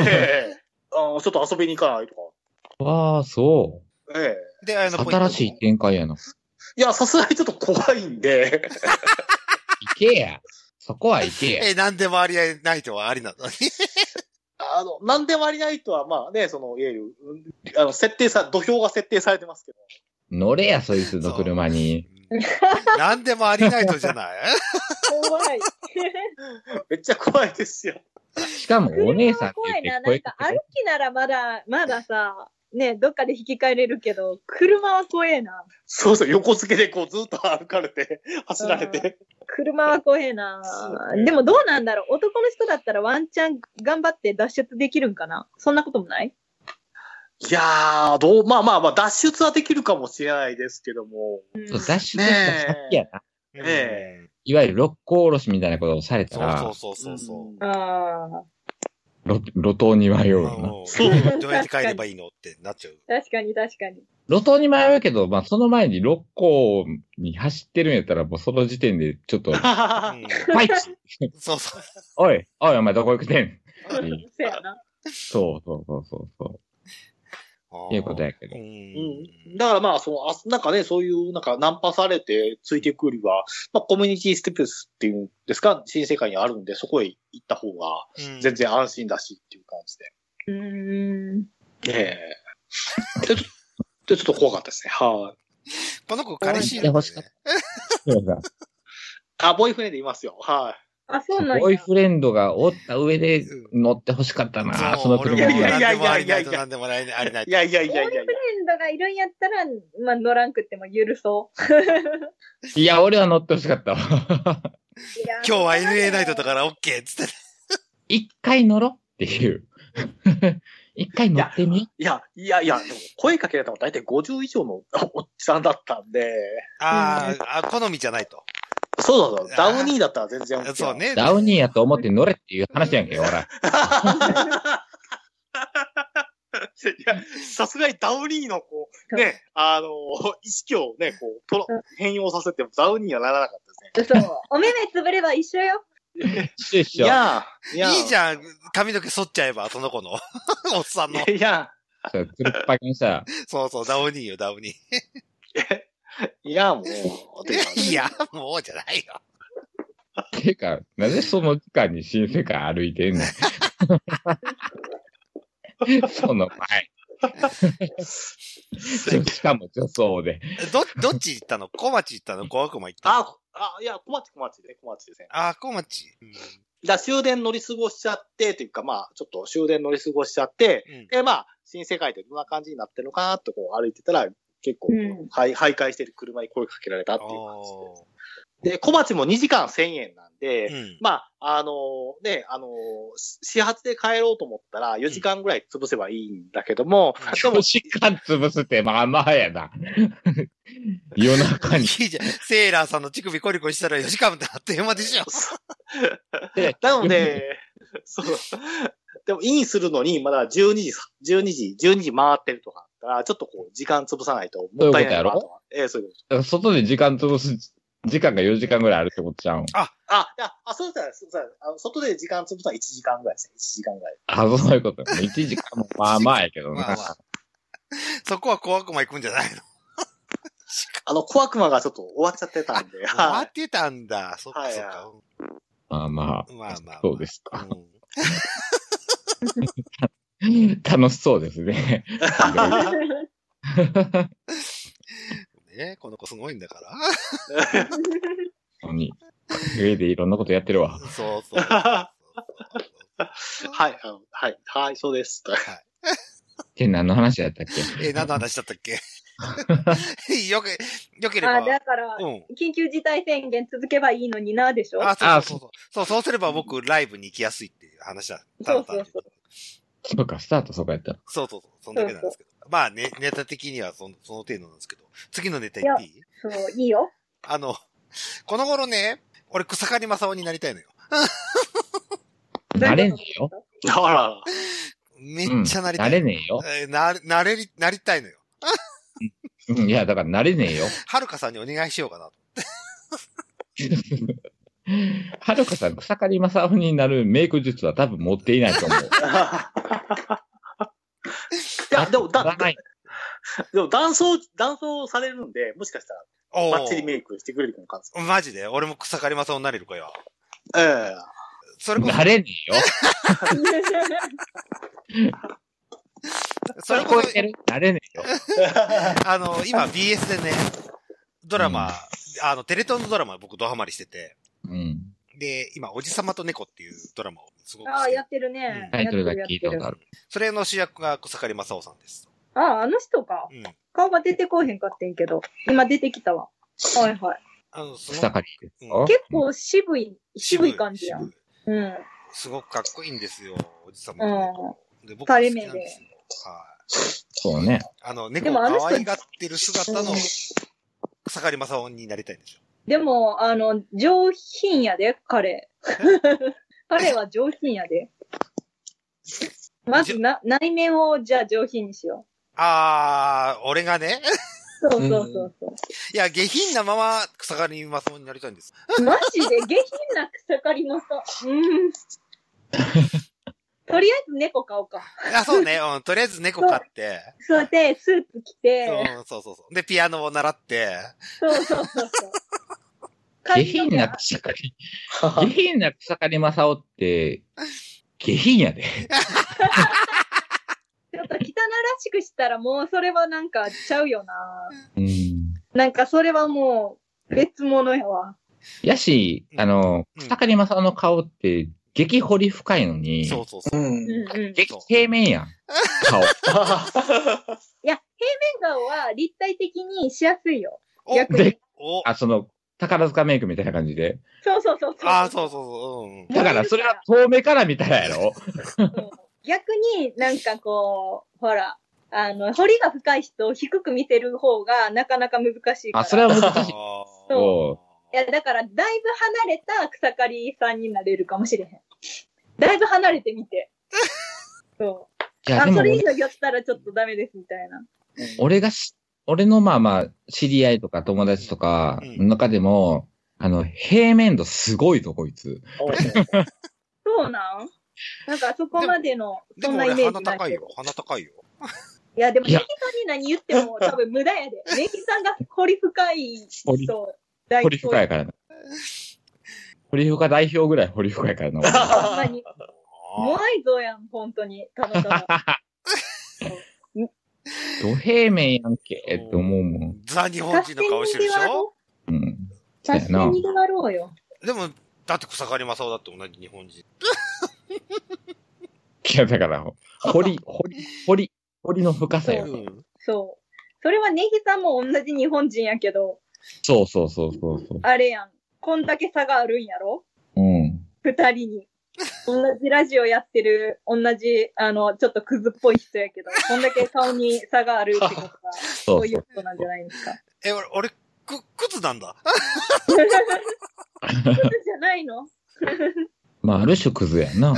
Speaker 3: えあのちょっと遊びに行かないと
Speaker 2: わあ、そ
Speaker 3: か。ええ
Speaker 1: とで、あ
Speaker 2: う。
Speaker 1: の子
Speaker 2: 新しい展開やな。
Speaker 3: いや、さすがにちょっと怖いんで、
Speaker 2: 行けや。そこは行けや。
Speaker 1: え、なんでもありないとはありなのに。
Speaker 3: あの、なんでもありないとは、まあね、その、いわゆるうん、あの、設定さ、土俵が設定されてますけど。
Speaker 2: 乗れや、そいつの車に。
Speaker 1: なんでもありないとじゃない
Speaker 4: 怖い。
Speaker 3: めっちゃ怖いですよ。
Speaker 2: しかもお姉さんっ
Speaker 4: 車は
Speaker 2: て
Speaker 4: 怖い
Speaker 2: 言
Speaker 4: な。
Speaker 2: って
Speaker 4: な
Speaker 2: 声
Speaker 4: ん
Speaker 2: か
Speaker 4: か
Speaker 2: けて
Speaker 4: 歩きならまだ、まださ、ね、どっかで引き換えれるけど、車は怖えな。
Speaker 3: そうそう、横付けでこう、ずっと歩かれて、 走られて。
Speaker 4: 車は怖えな。でもどうなんだろう。男の人だったらワンチャン頑張って脱出できるんかな。そんなこともない
Speaker 3: いやー、どう、まあまあまあ、脱出はできるかもしれないですけども。
Speaker 4: うん
Speaker 2: そう脱出した先やな。
Speaker 3: え
Speaker 2: いわゆる六甲おろしみたいなことをされた
Speaker 1: そうそう、そ
Speaker 2: ら
Speaker 1: うそうそう。
Speaker 4: ああ、
Speaker 2: 路路頭に迷うよな。
Speaker 1: うん
Speaker 3: そう
Speaker 1: どうやって帰ればいいのってなっちゃう。
Speaker 4: 確かに確かに。
Speaker 2: 路頭に迷うけど、まあ、その前に六甲に走ってるんやったら、もうその時点でちょっ と、
Speaker 1: う
Speaker 3: うん
Speaker 2: はい
Speaker 1: そうそう。
Speaker 2: おい、おい、お前どこ行くねん。
Speaker 4: そうやな。
Speaker 2: そうそうそうそうそ
Speaker 1: あ
Speaker 2: う。いうことやけ
Speaker 1: う
Speaker 2: ど。
Speaker 1: ん。
Speaker 3: だからまあ、その、あなんかね、そういう、なんか、ナンパされてついていくよりは、まあ、コミュニティステップスっていうんですか、新世界にあるんで、そこへ行った方が、
Speaker 1: うん
Speaker 3: 全。然安心だしっていう感じ
Speaker 4: うーん。
Speaker 3: で。ええでちょでちょっと怖かったですね。はい、
Speaker 1: この子彼氏いるんだよね
Speaker 2: やってほしかっそうだ
Speaker 3: あ。ボーイフレンドいますよ。はい、
Speaker 4: あ、そうなん
Speaker 2: ボーイ
Speaker 4: や。
Speaker 2: フレンドがおった上で乗ってほしかったな、その
Speaker 1: 俺も
Speaker 2: 車に
Speaker 3: いや
Speaker 1: 何
Speaker 3: いやい
Speaker 1: で
Speaker 3: や
Speaker 1: もありないと
Speaker 3: いやいやいや
Speaker 1: 何でもありない。ありない
Speaker 3: いやいやい
Speaker 4: ボーイ
Speaker 3: やい
Speaker 4: フ
Speaker 3: やい
Speaker 4: レ
Speaker 3: や。
Speaker 4: ンドがいるんやったら、まあ乗らんくっても許そ
Speaker 2: いや、俺は乗ってほしかったわ。
Speaker 4: う。いや
Speaker 1: 今日は NA ナイトだから OK! つって。
Speaker 2: 一回乗ろっていう。 一回乗ってみ
Speaker 3: いや、いやいや、でも声かけられたのは大体50以上のあおっさんだったんで、
Speaker 1: あーあ、好みじゃないと。
Speaker 3: そうそうそう、ダウニーだったら全然 OK
Speaker 1: そう。 ね。
Speaker 2: ダウニーやと思って乗れっていう話やんけ、ほら。
Speaker 3: いや、さすがにダウニーのこう、ね、あの、意識をね、こう、とろ変容させてもダウニーにはならなかったですね。
Speaker 4: そう。お目目つぶれば一 緒よ。
Speaker 2: 一緒
Speaker 3: い
Speaker 2: 一緒。
Speaker 3: やー、いや
Speaker 1: いいじ
Speaker 3: ゃ
Speaker 1: ゃん。髪の毛剃っちゃえば、その子の。 おっさんの。
Speaker 3: いや、
Speaker 2: そうつるっぱげにしたら、
Speaker 1: そうそう、ダウニーよ、ダウニ
Speaker 3: いや、もう、
Speaker 1: ー。 いや、もうじゃないよ。
Speaker 2: てか、なぜその時間に新世界歩いてん ねん。その前。しかも女装で。
Speaker 1: ど、どっち行ったの小町行ったの小悪魔行ったの
Speaker 3: あ、あ、いや、小町小町で、小町ですね。
Speaker 1: あ、小町。うん
Speaker 3: だから終電乗り過ごしちゃって、というか、まあ、ちょっと終電乗り過ごしちゃって、
Speaker 1: うん
Speaker 3: で、まあ、新世界ってどんな感じになってるのかなとこう歩いてたら、結構、
Speaker 4: うん
Speaker 3: はい、徘徊してる車に声かけられたっていう感じで。
Speaker 1: お
Speaker 3: で、小町も2時間1000円なんで、
Speaker 1: ーうん。
Speaker 3: まあ、あのね、あのし始発で帰ろうと思ったら、4時間ぐらい潰せばいいんだけども、
Speaker 1: うん
Speaker 3: しかも
Speaker 2: 4、時間潰すってまあまあやな。夜中
Speaker 1: いい。
Speaker 2: に
Speaker 1: じゃん。セーラーさんの乳首コリコリしたら4時間ってあっという間でしょ。
Speaker 2: で
Speaker 3: なので、 そう。でも、インするのに、まだ12時、12時、12時回ってるとかだったら、ちょっとこう、時間潰さないともったいないなとは。ええそういうこ
Speaker 2: 外で時間潰す時間が4時間ぐらいあるってことじゃうん。
Speaker 3: あ、いや、あ、そうだ、そうだ、あの外で時間潰すのは1時間ぐらいですね。1時間ぐらい。
Speaker 2: あ、そういうこと。1時間もまあまあやけど
Speaker 1: まあ
Speaker 2: な
Speaker 1: ま。あ。そこは小悪魔行くんじゃないの
Speaker 3: あの、小悪魔がちょっと終わっちゃってたん で。
Speaker 1: 終わ
Speaker 3: はい
Speaker 1: ってたんだ。そっか
Speaker 3: はい
Speaker 1: そっか。
Speaker 2: まあま
Speaker 1: うんまあまあ
Speaker 2: あ。。そうですか。
Speaker 1: うん。
Speaker 2: 楽しそうですね。本
Speaker 1: ねこの子すごいんだから。
Speaker 2: 当に。上でいろんなことやってる わ。
Speaker 1: そうそう。
Speaker 3: はい、あのはい、はい、そうです。
Speaker 2: て何の話やったっけ
Speaker 1: え、何の話だったっ けよけ、よければ。
Speaker 4: あ、だから、
Speaker 1: うん。
Speaker 4: 緊急事態宣言続けばいいのにな、でしょ
Speaker 1: あ、そうそうそう。そう、そうすれば僕ライブに行きやすいっていう話だ。ただ単に
Speaker 4: そう
Speaker 2: そうか、スタートそうかやったら。
Speaker 1: そうそうそう。そんだけなんですけど。まあね、ネタ的にはそのその程度なんですけど。次のネタ言っていい
Speaker 4: そう、い いよ。
Speaker 1: あの、この頃ね、俺草刈正雄になりたいのよ。
Speaker 2: なれねえよ。
Speaker 3: あらら。
Speaker 1: め
Speaker 2: うん
Speaker 1: っちゃなりた。
Speaker 2: ないれねえよ。
Speaker 1: えーな、なれり、なりたいのよ。
Speaker 2: うんいや、だからなれねえよ。
Speaker 1: はるかさんにお願いしようかなと。
Speaker 2: はるかさん、草刈正雄になるメイク術は多分持っていないと思う。
Speaker 3: いや、でも、だ、
Speaker 2: 持たない
Speaker 3: でも、断層、断層されるんで、もしかした
Speaker 1: お
Speaker 3: ら、
Speaker 1: ー
Speaker 3: バッチリメイクしてくれるかもかんない
Speaker 1: マジで俺も草刈正雄になれるかよ。
Speaker 3: え
Speaker 1: それこ
Speaker 2: なれねえよ。
Speaker 1: そ、そ
Speaker 2: それ
Speaker 1: れこ
Speaker 2: 超え
Speaker 1: そ、
Speaker 2: てるなれねえよ。
Speaker 1: あの、今 BS でね、ドラマ、あの、テレ東のドラマ僕ドハマりしてて、
Speaker 2: うん。
Speaker 1: で、今、おじさまと猫っていうドラマをすごく
Speaker 4: あ
Speaker 1: し
Speaker 4: あ、
Speaker 1: てる
Speaker 4: やってるね。
Speaker 2: タイトルだけ聞いたこと
Speaker 4: あ
Speaker 2: ある。
Speaker 1: それの主役が草刈正雄さんです。
Speaker 4: ああ、あの人か
Speaker 1: う。ん。
Speaker 4: 顔が出てこうへんかってんけど。今出てきたわ。はいはい。
Speaker 1: あの、そ
Speaker 2: 草
Speaker 1: の、
Speaker 2: 刈ですか
Speaker 4: 結構渋い、渋い感じや
Speaker 1: 渋い
Speaker 4: ん。うん。
Speaker 1: すごくかっこいいんですよ、おじさまと猫。で、僕
Speaker 4: 垂れ目で
Speaker 1: 好きなんですよ。はい。
Speaker 2: そうね。
Speaker 1: あの、
Speaker 4: で
Speaker 1: 猫を
Speaker 4: もあの人
Speaker 1: 可愛がってる姿の
Speaker 4: うん
Speaker 1: 草刈正雄になりたいんですよ。
Speaker 4: でも、あの、上品やで、 彼。彼は上品やで。まずな、内面をじゃあ上品にしよ
Speaker 1: あー、俺がね。
Speaker 4: う。そうそうそうそう。
Speaker 1: いや、下品なまま草刈正雄になりたいんです。
Speaker 4: マジで下品な草刈りのさ、うん。とりあえず猫買おうか。
Speaker 1: あ、そう ね。うん、とりあえず猫飼って。
Speaker 4: そうやって、スーツ着て、
Speaker 1: うん、そうそうそう。で、ピアノを習って。
Speaker 4: そうそうそうそう。
Speaker 2: 下品な草刈り。下品な草刈正雄って、下品やで。
Speaker 4: ちょっと汚らしくしたらもうそれはなんかちゃうよな。
Speaker 2: うん。
Speaker 4: なんかそれはもう別物やわ。
Speaker 2: やし、あの、
Speaker 1: うん
Speaker 2: 草刈正雄の顔って、激掘り深いのに、
Speaker 1: そうそうそう
Speaker 3: え。う。
Speaker 4: うん んうん。
Speaker 2: 激平面やん。 顔。
Speaker 4: いや、平面顔は立体的にしやすいよ。
Speaker 1: お
Speaker 4: 逆に
Speaker 2: で。
Speaker 1: お
Speaker 2: あ、その、宝塚メイクみたいな感じで。
Speaker 4: そうそうそうそう。
Speaker 1: あー、そうそうそう。うん。
Speaker 2: だから、それは遠目から見たらやろ。
Speaker 4: そう逆になんかこう、ほら、あの、彫りが深い人を低く見せる方がなかなか難しいから。
Speaker 2: あ、それは難 しい。
Speaker 1: あー
Speaker 2: そ
Speaker 4: いや、だから、だいぶ離れた草刈さんになれるかもしれへん。だいぶ離れて みて。そ。
Speaker 2: いうや、
Speaker 4: あ、
Speaker 2: でも
Speaker 4: それ
Speaker 2: 俺
Speaker 4: 以上やったらちょっとダメです、みたいな。
Speaker 2: 俺がし、俺のまあまあ、知り合いとか友達とかの中でも、あの、平面度すごいぞ、こいつ。
Speaker 4: そうなんなんか、そこまでの、
Speaker 1: で
Speaker 4: そん
Speaker 1: も
Speaker 4: なイ
Speaker 1: 俺
Speaker 4: メー
Speaker 1: 鼻
Speaker 4: ジない
Speaker 1: 高い
Speaker 4: け
Speaker 1: よ
Speaker 4: ど。。
Speaker 1: 鼻高いよ。
Speaker 4: いや、でも、
Speaker 2: い
Speaker 4: ネギ
Speaker 2: や
Speaker 4: さんに何言っても多分無 駄やで。ネギさんが掘り深い
Speaker 2: 掘り
Speaker 4: 人、大
Speaker 2: 堀深いからな。堀深代表ぐらい堀深いからな。俺
Speaker 4: ほんまに。モアイ像やん、本当に。たまたま。
Speaker 2: ど平面やんけって思うもん。
Speaker 1: ザ日本人の顔してるでしょ
Speaker 2: うん。そう
Speaker 4: 確
Speaker 2: や
Speaker 4: か
Speaker 2: な
Speaker 4: に。で割ろうよ。
Speaker 1: でも、だって草刈正雄だって同じ日本人。
Speaker 2: いや、だから、堀、堀、堀、堀の深さ
Speaker 1: う
Speaker 2: よ。
Speaker 1: ん。
Speaker 4: そう。それはネギさんも同じ日本人やけど、
Speaker 2: そうそうそうそうそう。
Speaker 4: あれやん。こんだけ差があるんやろ
Speaker 2: うん。
Speaker 4: 二人に。同じラジオやってる、同じ、あの、ちょっとクズっぽい人やけど、こんだけ顔に差があるってことは、
Speaker 2: そ
Speaker 4: そううい
Speaker 2: そう
Speaker 4: ことなんじゃないですか。
Speaker 1: え、俺、俺、く、靴なんだ。
Speaker 4: クズじゃない の
Speaker 2: う。まあ、ある種クズやな。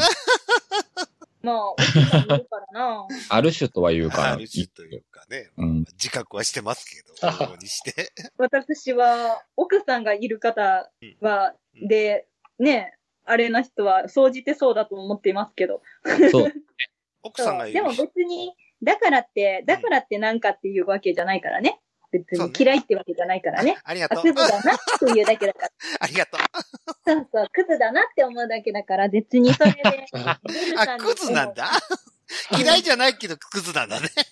Speaker 4: まあ、おじいちゃんもいるからな。
Speaker 2: ある種とは言うか
Speaker 1: あ
Speaker 2: ら
Speaker 1: る。種というかね、
Speaker 2: うん。
Speaker 1: 自覚はしてますけど、往々にして。
Speaker 4: 私は、奥さんがいる方は、
Speaker 1: うん
Speaker 4: で、ね、あれな人は、総じてそうだと思っていますけど。
Speaker 2: そう。
Speaker 1: 奥さんが
Speaker 4: そう
Speaker 1: い
Speaker 4: で
Speaker 1: る
Speaker 4: も別に、だからって、だからってなんかっていうわけじゃないからね。別
Speaker 1: そう
Speaker 4: に
Speaker 1: ね
Speaker 4: 嫌いってわけじゃないからね。
Speaker 1: ありが
Speaker 4: あ、
Speaker 1: とう
Speaker 4: クズ。だなっていうだけだ から。
Speaker 1: ありがとう。
Speaker 4: そうそう、クズだなって思うだけだから、別にそれ で。
Speaker 1: あ、クズなんだ。嫌いじゃないけど、クズなんだね。
Speaker 4: そう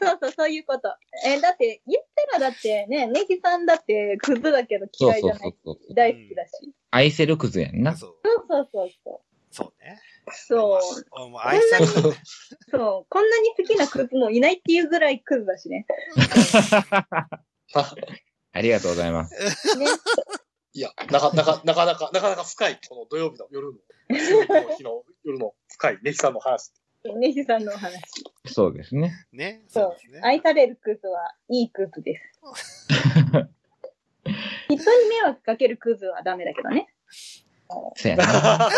Speaker 4: そうそうそう、そういうこと。え、だって、言ったらだってね、ネギさんだってクズだけど
Speaker 2: そう
Speaker 4: 嫌い
Speaker 2: そ
Speaker 4: じ
Speaker 2: う
Speaker 4: ゃな
Speaker 2: そう
Speaker 4: い。
Speaker 2: そう。
Speaker 4: 大好きだし。
Speaker 2: 愛せるクズやんな。
Speaker 1: そう。
Speaker 4: そうそうそうそ
Speaker 1: そうね。
Speaker 4: う。そう。
Speaker 1: お前、愛される。
Speaker 4: そう。こんなに好きなクズもいないっていうぐらいクズだしね。
Speaker 2: ありがとうございます。
Speaker 4: ね。
Speaker 3: いや、なかなか、なかなか、なかなか深い、この土曜日の夜の、 土曜日の日の夜の深い、ネヒさんの話。
Speaker 4: ネギさんのお話。
Speaker 2: そうですね。
Speaker 1: ね。
Speaker 4: そ
Speaker 1: そううですね。
Speaker 4: 愛されるクズはいいクズです。人に迷惑かけるクズはダメだけどね。
Speaker 2: そうやな。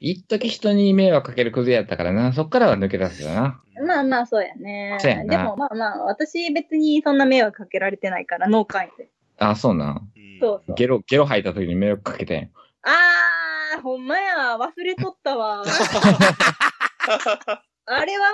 Speaker 2: 一時人に迷惑かけるクズやったからな。そっからは抜け出すよな。
Speaker 4: まあまあ、そうやね。
Speaker 2: そうやな
Speaker 4: でもまあまあ、私別にそんな迷惑かけられてないから、ノーカインで。
Speaker 2: あ、そうなん。
Speaker 1: うん
Speaker 4: そうそう。
Speaker 2: ゲロ、ゲロ吐いた時に迷惑かけたやん。
Speaker 4: あー、ほんまや、忘れとっ たわ。あれは、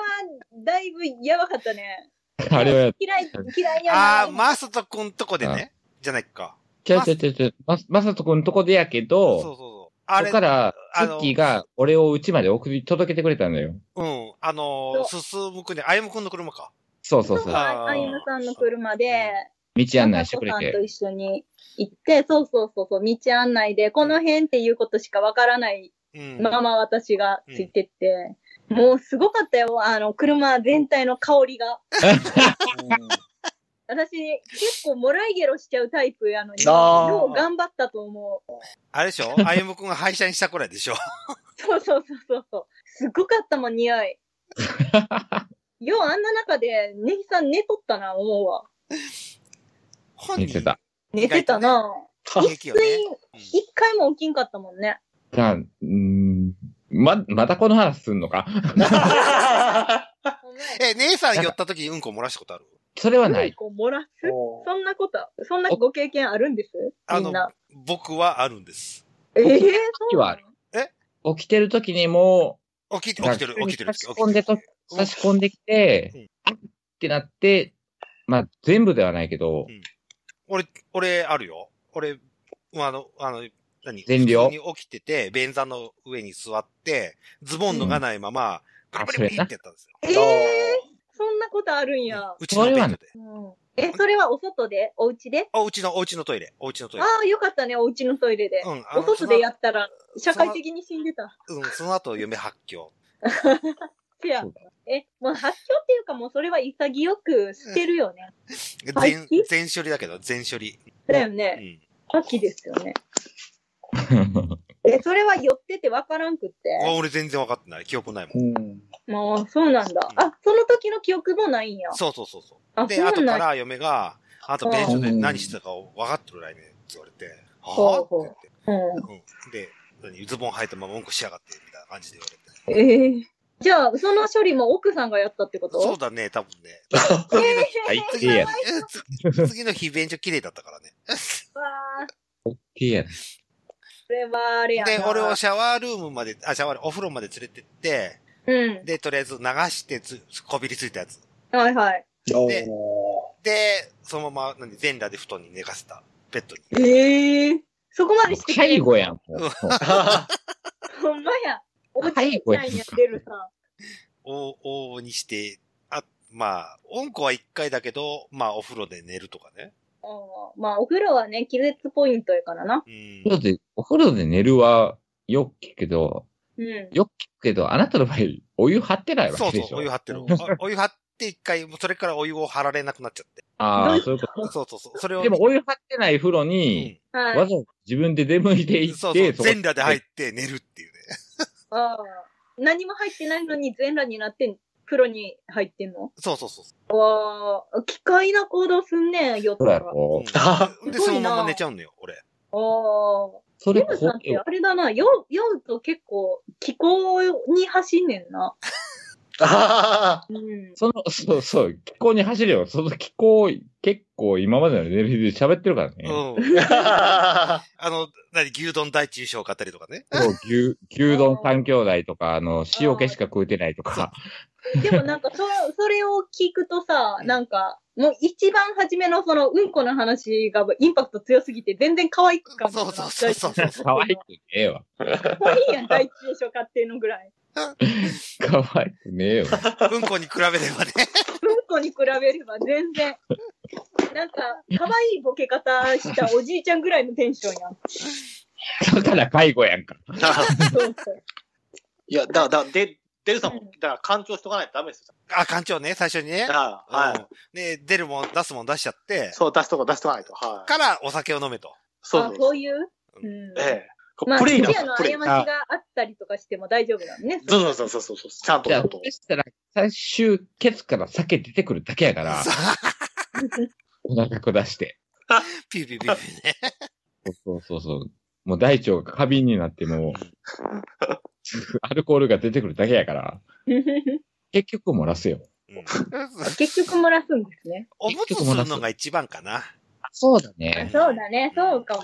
Speaker 4: だいぶやばかったね。
Speaker 2: あれはや、
Speaker 4: 嫌い、嫌いやな。
Speaker 1: あー、マサト君んとこでね。じゃないか。
Speaker 2: ちゃうちゃうちゃうちゃう、ま、まさとくんとこでやけ
Speaker 1: そう
Speaker 2: ど、
Speaker 1: そう
Speaker 2: そ
Speaker 1: そう。あれ
Speaker 2: こか、ら、
Speaker 1: あ
Speaker 2: ツ
Speaker 1: の
Speaker 2: ッキーが俺を家まで送り届けてくれたんだよ。
Speaker 1: うん。あのー、進むくんね、あゆむくんの車か。
Speaker 2: そうそう
Speaker 4: そ
Speaker 2: そうう。
Speaker 1: あー
Speaker 4: ああゆむさんの車で、
Speaker 2: 道案内してくれ
Speaker 4: さんと
Speaker 2: て。
Speaker 4: 一緒に行って、そうそうそうそう、道案内で、この辺っていうことしかわからない
Speaker 1: うん。
Speaker 4: まま私がついてって、もうすごかったよ、あの、車全体の香りが。 私、結構もらいゲロしちゃうタイプやのに、
Speaker 3: あー
Speaker 4: よう頑張ったと思う。
Speaker 1: あれでしょあゆむくんが廃車にしたくらいでしょ
Speaker 4: そうそうそうそうそう。すごかったもん、匂 い。ようあんな中で、ネヒさん寝とったな、思うわ。
Speaker 1: 本
Speaker 2: 言ってた。
Speaker 4: 寝てたな。
Speaker 1: 平気よね。うん
Speaker 4: 一回も起きんかったもんね。
Speaker 2: じゃあ、うーん、ま、またこの話すんのか
Speaker 4: お前
Speaker 1: え、姉さん寄った時にうんこ漏らしたことある
Speaker 2: それはな
Speaker 4: うん
Speaker 2: い。
Speaker 4: こ漏らす
Speaker 3: も
Speaker 4: そんなこと、そんなご経験あるんです
Speaker 1: あ
Speaker 4: みん
Speaker 1: の
Speaker 4: な。、
Speaker 1: 僕はあるんです。
Speaker 4: ええ
Speaker 2: 時はある。起きてる時にも
Speaker 1: 起きて、
Speaker 2: う、
Speaker 1: 起きてる、起きてる。
Speaker 2: 差し
Speaker 1: 起き
Speaker 2: 込ん
Speaker 1: て
Speaker 2: で
Speaker 1: る
Speaker 2: と、差し込んできて、
Speaker 1: うん
Speaker 2: あっってなって、まあ、全部ではないけど
Speaker 1: う、ん俺、俺、あるよ。俺、あの、あの、何
Speaker 2: 善良
Speaker 1: 普通に起きてて、便座の上に座って、ズボン脱がないまま、バリバリバリってやったんですよ。
Speaker 4: え
Speaker 3: う
Speaker 4: えそんなことあるんや。
Speaker 1: うちのベッドで。
Speaker 4: うんえ、それはお外でお家で
Speaker 1: あ、うちの、おうちのトイレ。おうちのトイレ。
Speaker 4: ああ、よかったね、お家のトイレで。
Speaker 1: うんあ
Speaker 4: お
Speaker 1: の
Speaker 4: 外でやったら、社会的に死んでた。
Speaker 1: うん、その後、嫁発狂。
Speaker 4: せや
Speaker 2: そう。
Speaker 4: え、もう発狂っていうかもうそれは潔く捨てるよね。はい
Speaker 1: 全、全処理だけど、全処理。
Speaker 4: だよ
Speaker 1: う
Speaker 4: ね。
Speaker 1: ん。
Speaker 4: 秋ですよね。 え、それは寄ってて分からんくって。
Speaker 1: あ俺全然分かってない。記憶ないもん。
Speaker 3: うん。
Speaker 4: まあ、そうなんだ。あ、その時の記憶もないんや。
Speaker 1: そうそうそうそう。
Speaker 4: あ、
Speaker 1: で、
Speaker 4: そう
Speaker 1: 後
Speaker 4: な
Speaker 1: か
Speaker 4: んだ。
Speaker 1: ら嫁が、あと弁償で何してたかを分かってるらいねって言われて、はぁって
Speaker 4: ほう
Speaker 1: 言って
Speaker 4: うん。
Speaker 1: うん。で、何ズボン履いたままうんこしやがって、みたいな感じで言われて。
Speaker 4: ええじゃあ、その処理も奥さんがやったってこと
Speaker 1: そうだね、多分ね。
Speaker 2: はい、
Speaker 1: 次
Speaker 2: 手
Speaker 1: の
Speaker 2: や
Speaker 1: 日、、次次の日、便所綺麗だったからね。
Speaker 4: うわー
Speaker 2: 手や。
Speaker 4: それはあれやな。
Speaker 1: で、俺をシャワールームまで、あ、シャワール、お風呂まで連れてって、
Speaker 4: うん。
Speaker 1: で、とりあえず流してつ、こびりついたやつ。
Speaker 4: はいはい。
Speaker 1: でで、そのまま、何、全裸で布団に寝かせた。ベッドに。
Speaker 4: ええそこまでしてくれ
Speaker 2: 介
Speaker 4: る。
Speaker 2: 護やん。もう
Speaker 4: ほんまや。おじいちゃんやってるさ。
Speaker 1: お、往々にして、あ、まあ、うんこは一回だけど、まあ、お風呂で寝るとかね。
Speaker 4: うんまあ、お風呂はね、気絶ポイントやからな。
Speaker 1: うん
Speaker 2: だ。って、お風呂で寝るは、よく聞くけど、
Speaker 4: うん。
Speaker 2: よく聞くけど、あなたの場合、お湯張ってないわ
Speaker 1: そう
Speaker 2: けでしょ。
Speaker 1: そう、お湯張ってる
Speaker 3: う。ん
Speaker 1: あお湯 張って一回、それからお湯を張られなくなっちゃって。
Speaker 2: ああ、そういうこ
Speaker 1: そうそうそう。それを。
Speaker 2: と。でも、お湯張ってない風呂
Speaker 1: う
Speaker 2: に
Speaker 1: ん、
Speaker 4: はい。
Speaker 2: わざわざ自分で出向いていって、
Speaker 1: そうそう、
Speaker 2: こ
Speaker 1: 全裸で入って寝るっていうね。
Speaker 4: ああ何も入ってないのに全裸になってん、風呂に入ってんの
Speaker 1: そうそうそう。
Speaker 4: わあ、奇怪な行動すんねん、よっ
Speaker 2: そ
Speaker 4: た
Speaker 2: うや
Speaker 4: ら。あ
Speaker 2: ろ
Speaker 1: うんで、
Speaker 3: あ
Speaker 1: そのまま寝ちゃうのよ、俺。
Speaker 4: あ、
Speaker 2: それ
Speaker 4: デブさんってあれだな、酔う酔うと結構気候に走んねんな。
Speaker 3: あ
Speaker 4: うん。
Speaker 2: その、 そうそう、気候に走るよ。その気候、結構今までのレベルで喋ってるから
Speaker 1: う
Speaker 2: ね。
Speaker 1: ん。
Speaker 3: あ。
Speaker 1: あの、何、牛丼大中小買ったりとかね。
Speaker 2: そう牛、牛丼三兄弟とか、あの、塩気しか食うてないとか。
Speaker 4: でもなんか そ、それを聞くとさ、なんか、もう一番初めのそのうんこの話がインパクト強すぎて全然可愛く感じ
Speaker 1: そうそうそうそうそう。
Speaker 2: 可愛くねえわ。
Speaker 4: かわいいやん、第一印象買ってるのぐらい。
Speaker 2: 可愛くねえわ。
Speaker 1: うんこに比べればね。
Speaker 4: うんこに比べれば全然。なんか、可愛いボケ方したおじいちゃんぐらいのテンションやん。
Speaker 2: だから介護やんか。
Speaker 4: そうそう。
Speaker 3: いや、だ、だ、で、デルさん
Speaker 4: うん
Speaker 3: も、だから、干潮しとかないとダメですよ。
Speaker 1: あ、館長ね、最初にね。
Speaker 3: あはい。
Speaker 1: い。ね、出るもん、出すもん出しちゃって、
Speaker 3: そう、出しとか出しとかないと。はい。
Speaker 1: からお酒を飲めと。
Speaker 3: そう
Speaker 4: あ
Speaker 3: そうそ。
Speaker 4: そうういう。うん。
Speaker 3: ええ。
Speaker 4: まあ、
Speaker 3: プレイな
Speaker 4: 次
Speaker 3: んで
Speaker 4: 夜
Speaker 3: す
Speaker 4: の
Speaker 3: よ
Speaker 4: 過
Speaker 3: プレ
Speaker 4: ち
Speaker 3: イ。
Speaker 4: があったりとかしても大丈夫だもんね。
Speaker 3: そうそうそうそうそう。ちゃんと
Speaker 2: じゃあ、
Speaker 3: こ
Speaker 2: そ
Speaker 3: と。
Speaker 2: したら、最終、ケツから酒出てくるだけやから、お腹下して。
Speaker 1: ピューピューピューピューね。
Speaker 2: そうそうそう。もう大腸が過敏になっても、アルコールが出てくるだけやから、結局漏らすよ。
Speaker 1: うん
Speaker 4: 結局漏らすんですね。
Speaker 1: おむつするのが一番かな。
Speaker 2: そうだ
Speaker 4: あ
Speaker 2: ね。
Speaker 4: そうだね、そうかも。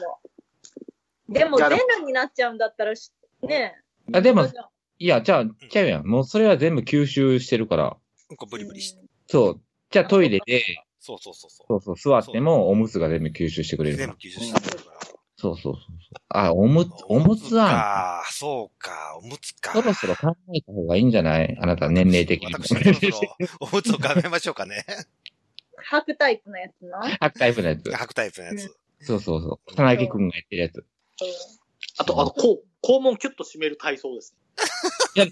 Speaker 4: でも、
Speaker 3: い
Speaker 4: ゼ
Speaker 3: やでも
Speaker 4: ロになっちゃうんだったらし、ね
Speaker 2: あでも
Speaker 4: そう、じゃん
Speaker 2: いや、じゃあ、ちゃうやん。もうそれは全部吸収してるから、
Speaker 1: うんこブリブリして。
Speaker 4: うん
Speaker 2: そう。じゃあトイレで、
Speaker 1: そうそうそうそ
Speaker 2: そうそう、座ってもおむつが全部吸収してくれ
Speaker 1: う。
Speaker 2: るか
Speaker 1: 全部
Speaker 2: ら。
Speaker 1: 吸収してくれるから。
Speaker 2: そうそうそうそう。あ、おむつ、おむつ案。
Speaker 1: か。そうか、おむつか。
Speaker 2: そろそろ考えた方がいいんじゃないあなた年齢的に。
Speaker 1: 私、そろ そろおむつを考えましょうかね。
Speaker 4: 吐くタイプのやつな。
Speaker 2: 白タイプのやつ。
Speaker 1: 白タイプのやつ。
Speaker 2: そうそうそう。草薙くんがやってるやつ。
Speaker 3: あと、あと、こう、肛門キュッと締める体操ですね。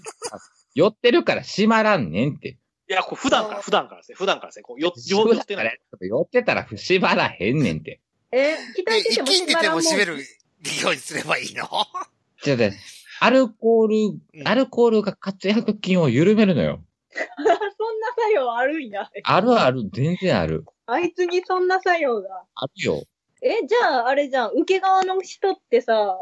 Speaker 2: 寄ってるから閉まらんねんって。
Speaker 3: いや、こう、普段から、普段からですね。普段からですね。こう、よ、よ、
Speaker 2: 寄
Speaker 3: 寄
Speaker 2: っ
Speaker 3: ってて
Speaker 2: た
Speaker 3: な
Speaker 2: ら
Speaker 3: い。、
Speaker 2: 寄ってたら閉まらへんねんって。
Speaker 4: え、期
Speaker 1: で、
Speaker 4: 待してても
Speaker 1: 息んでても
Speaker 4: 閉
Speaker 1: 閉
Speaker 4: ま
Speaker 1: め
Speaker 4: らん
Speaker 1: るようにすればいいの
Speaker 2: じゃあね、アルコー
Speaker 1: う
Speaker 2: ル、
Speaker 1: ん
Speaker 2: アルコールが活躍筋を緩めるのよ。
Speaker 4: もん そんな作用あるんや。
Speaker 2: あるある、全然ある。
Speaker 4: あいつにそんな作用が。
Speaker 2: あるよ。
Speaker 4: え、じゃあ、あれじゃん、受け側の人ってさ、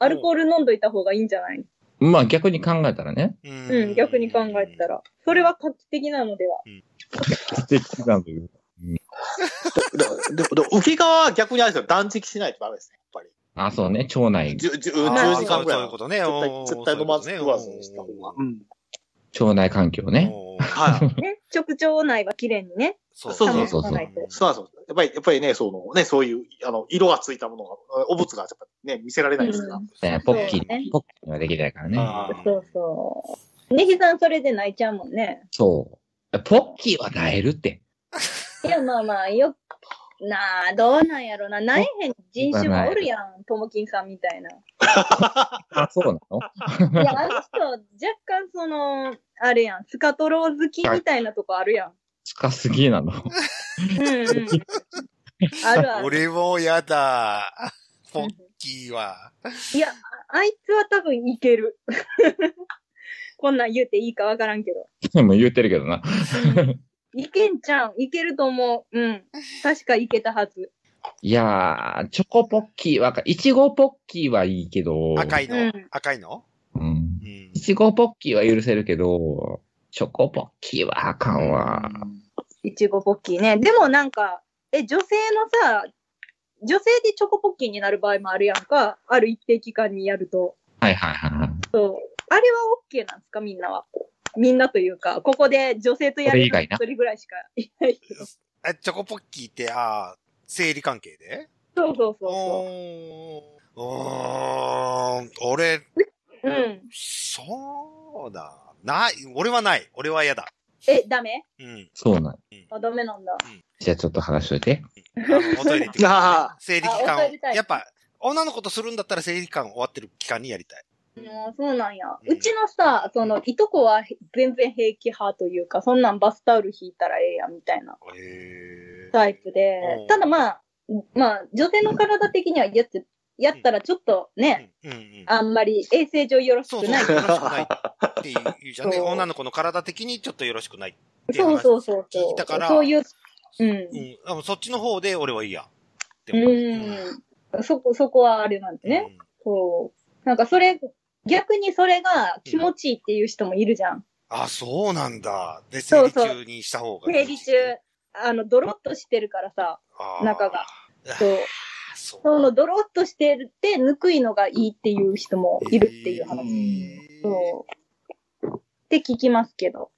Speaker 4: アルコール飲んどいた方がいいんじゃない
Speaker 2: まあ逆に考えた らね。
Speaker 1: う
Speaker 4: うん、逆に考えた。ら。それは画期的なのでは。
Speaker 3: でで受け側は逆にあれですよ。断食しないとダメですね。やっぱり。
Speaker 2: あ、そうね、腸内、
Speaker 3: じゅじゅ
Speaker 1: あ
Speaker 4: ー
Speaker 1: ー
Speaker 3: 10時間ぐらい
Speaker 1: そういう
Speaker 3: は。
Speaker 1: ことね。
Speaker 3: 絶対
Speaker 1: お、ー
Speaker 3: 絶対飲まず、
Speaker 1: そういう
Speaker 3: 食
Speaker 1: こと
Speaker 3: わ
Speaker 1: ね
Speaker 3: ずにした方が。
Speaker 1: おー
Speaker 3: うん。
Speaker 2: 腸内環境ね。
Speaker 1: おー
Speaker 3: はい。
Speaker 4: ね、直腸内は綺麗にね。
Speaker 1: そう
Speaker 3: そうそう
Speaker 2: そう
Speaker 4: 保たないと
Speaker 3: そうなんですよ。やっぱり、やっぱりね、その、ね、そういう、あの、色がついたものが、お物が、やっぱね、見せられないですから。
Speaker 2: ねポッキー、
Speaker 4: そうね
Speaker 2: ポッキーにはできないからね。
Speaker 1: あー
Speaker 4: そうそう。ねひさん、それで泣いちゃうもんね。
Speaker 2: そう。ポッキーは耐えるって。
Speaker 4: いや、まあまあ、よなあ、どうなんやろな。なえへん人種がおるやん、ともきんさんみたいな。い
Speaker 2: あ、そうなの
Speaker 4: や、あの人、若干その、あれやん、スカトロー好きみたいなとこあるやん。
Speaker 2: 近すぎなの。
Speaker 4: うんうん。あるあ る。
Speaker 1: 俺もやだ。ポッキーは。
Speaker 4: いや、あいつは多分いける。 こんなん言うていいかわからんけど。
Speaker 2: でも言ってるけどな。
Speaker 4: いけんちゃん、いけると思う。うん。確かいけたはず。
Speaker 2: いやー、チョコポッキーはか、いちごポッキーはいいけど、
Speaker 1: 赤いの、
Speaker 4: うん
Speaker 1: 赤いの
Speaker 2: うん
Speaker 1: う。ん
Speaker 2: い。ちごポッキーは許せるけど、チョコポッキーはあかんわ。
Speaker 4: いちごポッキーね。でもなんか、え、女性のさ、女性でチョコポッキーになる場合もあるやんか。ある一定期間にやると。
Speaker 2: はいはいはいはい。
Speaker 4: そう。あれは OK なんですかみんなは。みんなというか、ここで女性とやる
Speaker 2: これ以外な
Speaker 4: 一人ぐらいしかいないけど。
Speaker 1: え、チョコポッキーって、ああ、生理関係で
Speaker 4: そうそうそうそ
Speaker 1: おーおー俺、
Speaker 4: う。うん。
Speaker 1: そうだ。ない、俺はない。俺は嫌だ。
Speaker 4: え、ダメ
Speaker 1: うん。
Speaker 2: そうなん。
Speaker 4: あ、ダメなんだ。
Speaker 2: じゃあちょっと話しといて。
Speaker 1: あ のおトイレ行ってくる、
Speaker 3: あ
Speaker 1: 生理期間を
Speaker 4: あおトイレタイプ
Speaker 1: やっぱ、女の子とするんだったら生理期間終わってる期間にやりたい。
Speaker 4: うん、そうなんや。
Speaker 1: うん
Speaker 4: うちのさ、その、いとこは全然平気派というか、そんなんバスタオル引いたらええやんみたいな
Speaker 1: へ
Speaker 4: タイプで
Speaker 1: うん、
Speaker 4: ただまあ、まあ、女性の体的にはやって、やったらちょっとね、
Speaker 1: うんうんうん。
Speaker 4: あんまり衛生上よろし
Speaker 1: そう
Speaker 4: く
Speaker 1: そう、
Speaker 4: ない。
Speaker 1: よ
Speaker 4: そ
Speaker 1: ろしくないっていうじゃんね。
Speaker 4: そう
Speaker 1: 女の子の体的にちょっとよろしくないっていう
Speaker 4: う
Speaker 1: 話。
Speaker 4: そうそう
Speaker 1: 聞い
Speaker 4: そ
Speaker 1: たか
Speaker 4: う。
Speaker 1: ら
Speaker 4: そういう、うん
Speaker 1: う。ん。あのそっちの方で俺はいいや。って思
Speaker 4: うん。そこ、そこはあれなんてね。そう。なんかそれ、逆にそれが気持ちいいっていう人もいるじゃん。
Speaker 1: あ、そうなんだ。で、生
Speaker 4: そう
Speaker 1: 理
Speaker 4: そう
Speaker 1: 中にした方がい
Speaker 4: 生
Speaker 1: い。
Speaker 4: 理中、あの、ドロッとしてるからさ、
Speaker 1: あー
Speaker 4: 中が。そう。
Speaker 1: あそう
Speaker 4: そのドロッとしてるって、ぬくいのがいいっていう人もいるっていう話。
Speaker 1: えー
Speaker 4: そう。って聞きますけど。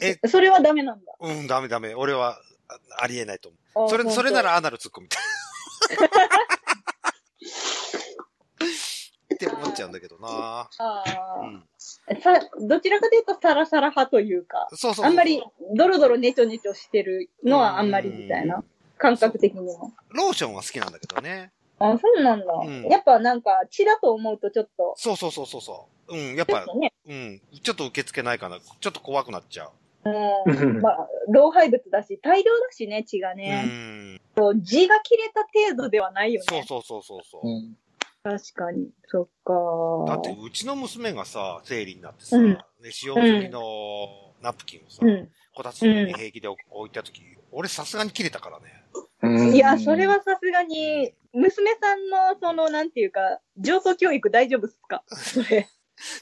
Speaker 1: え
Speaker 4: それはダメなんだ。
Speaker 1: うん、ダメダメ。俺は、あありえないと思
Speaker 4: あ
Speaker 1: う。それ、それな。らアナル突っ込み たい。って思っちゃうんだけどな。
Speaker 4: 本当
Speaker 1: う
Speaker 4: あ
Speaker 1: ん。
Speaker 4: ーさどちらかというとサラサラ派というか、
Speaker 1: そうそう。
Speaker 4: あんまりドロドロネチョネチョしてるのはあんまりみたいな。感覚的にも。
Speaker 1: ローションは好きなんだけどね。
Speaker 4: あ、そうなんだ。
Speaker 1: うん
Speaker 4: やっぱなんか血だと思うとちょっと、
Speaker 1: そうそうそうそうそう。うん、やっ
Speaker 4: ちょっ
Speaker 1: ぱ、
Speaker 4: とね、
Speaker 1: うん、ちょっと受け付けないかな。ちょっと怖くなっちゃう。
Speaker 4: うんまあ、老廃物だし、大量だしね、血が
Speaker 1: う
Speaker 4: ね。
Speaker 1: ん。
Speaker 4: そう血が切れた程度ではないよね。
Speaker 1: そうそうそうそうそう。
Speaker 2: ん。
Speaker 4: 確かに。そっか
Speaker 1: だって、うちの娘がさ、生理になってさ、
Speaker 4: うん
Speaker 1: で使用済みのナプキンをさ、
Speaker 4: う
Speaker 1: こたつの上に平気で置置いたとき、俺さすがに切れたからね。
Speaker 4: ん。いや、それはさすがに、娘さんの、その、なんていうか、上層教育大丈夫っすかそれ。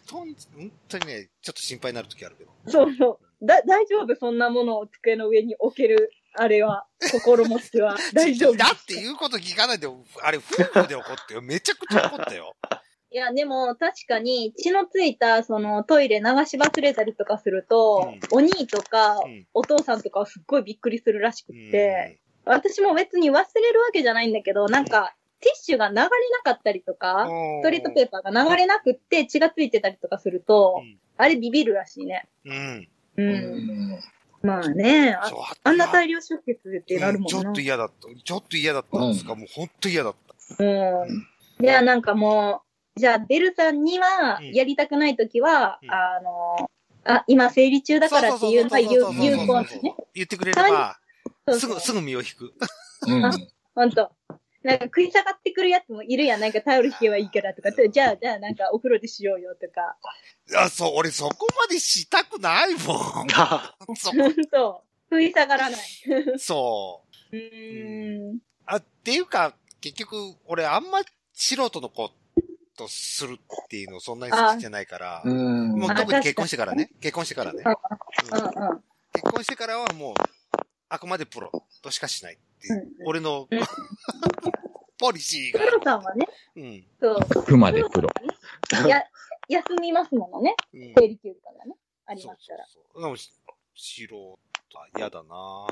Speaker 1: とん、本当にね、ちょっと心配になるときあるけど。
Speaker 4: そうそう。だ、大丈夫そんなものを机の上に置ける、あれは、心持 ちは。大丈夫。
Speaker 1: だって言うこと聞かないで、あれ、夫婦で怒ったよ。めちゃくちゃ怒ったよ。
Speaker 4: いや、でも、確かに、血のついた、その、トイレ流し忘れたりとかすると、お兄とか、
Speaker 1: うん
Speaker 4: お父さんとかはすっごいびっくりするらしくって、私も別に忘れるわけじゃないんだけど、なんか、ティッシュが流れなかったりとか、
Speaker 1: うん、
Speaker 4: トイレットペーパーが流れなくって血がついてたりとかすると、
Speaker 1: うん
Speaker 4: あれビビるらしいね。
Speaker 1: うん。
Speaker 2: う
Speaker 4: う。
Speaker 2: んん。
Speaker 4: まあねあ
Speaker 1: そう、
Speaker 4: あんな大量出血ってなるもん
Speaker 1: ちょ
Speaker 4: な。
Speaker 1: っと嫌だった。ちょっと嫌だったんですか、もう本当嫌だった。
Speaker 4: うん。じゃあなんかもう、じゃあベルさんには
Speaker 1: うん
Speaker 4: やりたくないときは、
Speaker 1: うん
Speaker 4: あの、あ、今生理中だからっていうのは有
Speaker 1: そうそうそう
Speaker 4: 有
Speaker 1: そう
Speaker 4: 効
Speaker 1: そう
Speaker 4: ね。
Speaker 1: 言ってくれれば、
Speaker 4: そう
Speaker 1: す
Speaker 4: そう
Speaker 1: ぐ、すぐ身を引く。
Speaker 4: ほんと。なんか食い下がってくるやつもいるやん。なんかタオル引けばいいからとか。じゃあ、じゃあなんかお風呂でしようよとか。
Speaker 1: あ、そう、俺そこまでしたくない もん。そ
Speaker 4: ほんと。食い下がらない。
Speaker 1: そう。
Speaker 4: うーん。
Speaker 1: あ、っていうか、結局、俺あんま素人の子とするっていうのそんなに好きじゃないから、
Speaker 2: うん。
Speaker 1: もう
Speaker 4: あ
Speaker 1: 特に結婚してからね、結婚してからね、
Speaker 4: あ
Speaker 1: うん
Speaker 4: うんうん。
Speaker 1: 結婚してからはもう、あくまでプロとしかしないっていう、
Speaker 4: うん
Speaker 1: 俺の、
Speaker 4: うん
Speaker 1: ポリシー
Speaker 4: プ
Speaker 1: が。
Speaker 4: ロさんはね、
Speaker 1: うん。
Speaker 4: そう、
Speaker 2: 熊でプロ。
Speaker 4: や、休みますものね、
Speaker 1: うん
Speaker 4: 生理休暇がね、ありますから。
Speaker 1: そうそうそう。でもし素人は嫌だな